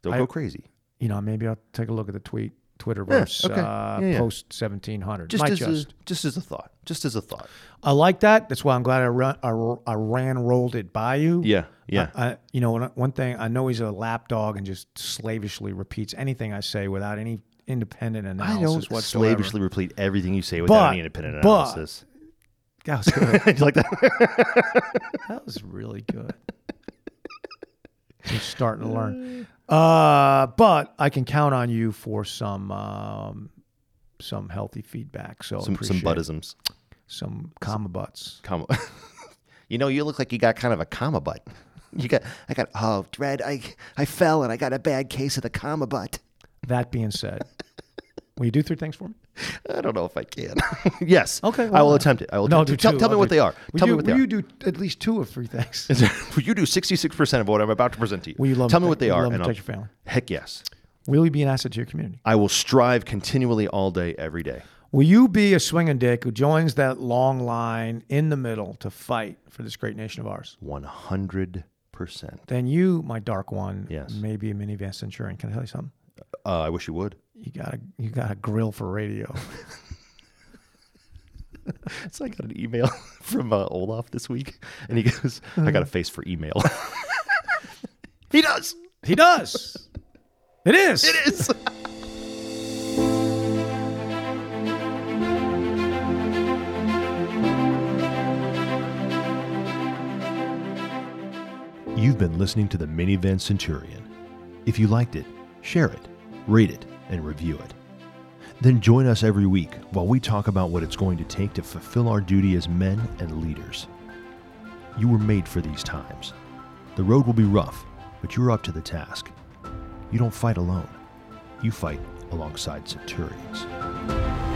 Speaker 1: Don't
Speaker 2: I-
Speaker 1: go crazy.
Speaker 2: you know, maybe I'll take a look at the tweet Twitterverse
Speaker 8: okay.
Speaker 2: uh,
Speaker 8: Yeah, yeah.
Speaker 2: post seventeen hundred.
Speaker 8: Just
Speaker 2: Might
Speaker 8: as
Speaker 2: just
Speaker 8: a just as a thought. Just as a thought.
Speaker 2: I like that. That's why I'm glad I run I, r- I ran rolled it by you.
Speaker 8: Yeah, yeah.
Speaker 2: I, I- you know, one- one thing I know he's a lapdog and just slavishly repeats anything I say without any independent analysis
Speaker 8: I don't
Speaker 2: whatsoever.
Speaker 8: slavishly repeat everything you say without
Speaker 2: But-
Speaker 8: any independent
Speaker 2: but-
Speaker 8: analysis.
Speaker 2: That was
Speaker 8: [LAUGHS]
Speaker 2: good.
Speaker 8: It's like that.
Speaker 2: That was really good. I'm starting to learn. Uh, but I can count on you for some um, some healthy feedback. So
Speaker 8: Some some
Speaker 2: appreciate
Speaker 8: buttisms.
Speaker 2: some comma butts.
Speaker 8: Comma. [LAUGHS] you know, you look like you got kind of a comma butt. You got I got oh dread I I fell and I got a bad case of the comma butt.
Speaker 2: That being said, will you do three things for me?
Speaker 8: I don't know if I can. [LAUGHS] yes.
Speaker 2: Okay,
Speaker 8: I
Speaker 2: well,
Speaker 8: will
Speaker 2: uh,
Speaker 8: attempt it. I will
Speaker 2: No, I'll
Speaker 8: attempt
Speaker 2: do
Speaker 8: it. Tell,
Speaker 2: two.
Speaker 8: tell me
Speaker 2: I'll
Speaker 8: what
Speaker 2: do-
Speaker 8: they are.
Speaker 2: Will
Speaker 8: Tell
Speaker 2: you,
Speaker 8: me what they
Speaker 2: will
Speaker 8: are.
Speaker 2: you do at least two of three things?
Speaker 8: [LAUGHS] Will you do 66% of what I'm about to present to you?
Speaker 2: Will you love
Speaker 8: Tell
Speaker 2: and protect-
Speaker 8: me what they
Speaker 2: will you
Speaker 8: are.
Speaker 2: love and
Speaker 8: and I'll-
Speaker 2: protect your family?
Speaker 8: Heck yes.
Speaker 2: Will you be an asset to your community?
Speaker 8: I will strive continually all day, every day.
Speaker 2: Will you be a swinging dick who joins that long line in the middle to fight for this great nation of ours?
Speaker 8: 100%.
Speaker 2: Then you, my dark one,
Speaker 8: Yes.
Speaker 2: may be a minivan centurion. Can I tell you something?
Speaker 8: Uh, I wish you would.
Speaker 2: You got a you got a grill for radio.
Speaker 8: So I got an email [LAUGHS] from uh, Olaf this week, and he [LAUGHS] goes, I got a face for email. [LAUGHS] he does.
Speaker 2: he does. It is. It
Speaker 8: It is.
Speaker 1: You've been listening to the Minivan Centurion. If you liked it, share it, rate it, and review it. Then join us every week while we talk about what it's going to take to fulfill our duty as men and leaders. You were made for these times. The road will be rough, but you're up to the task. You don't fight alone, you fight alongside centurions.
Speaker 2: is.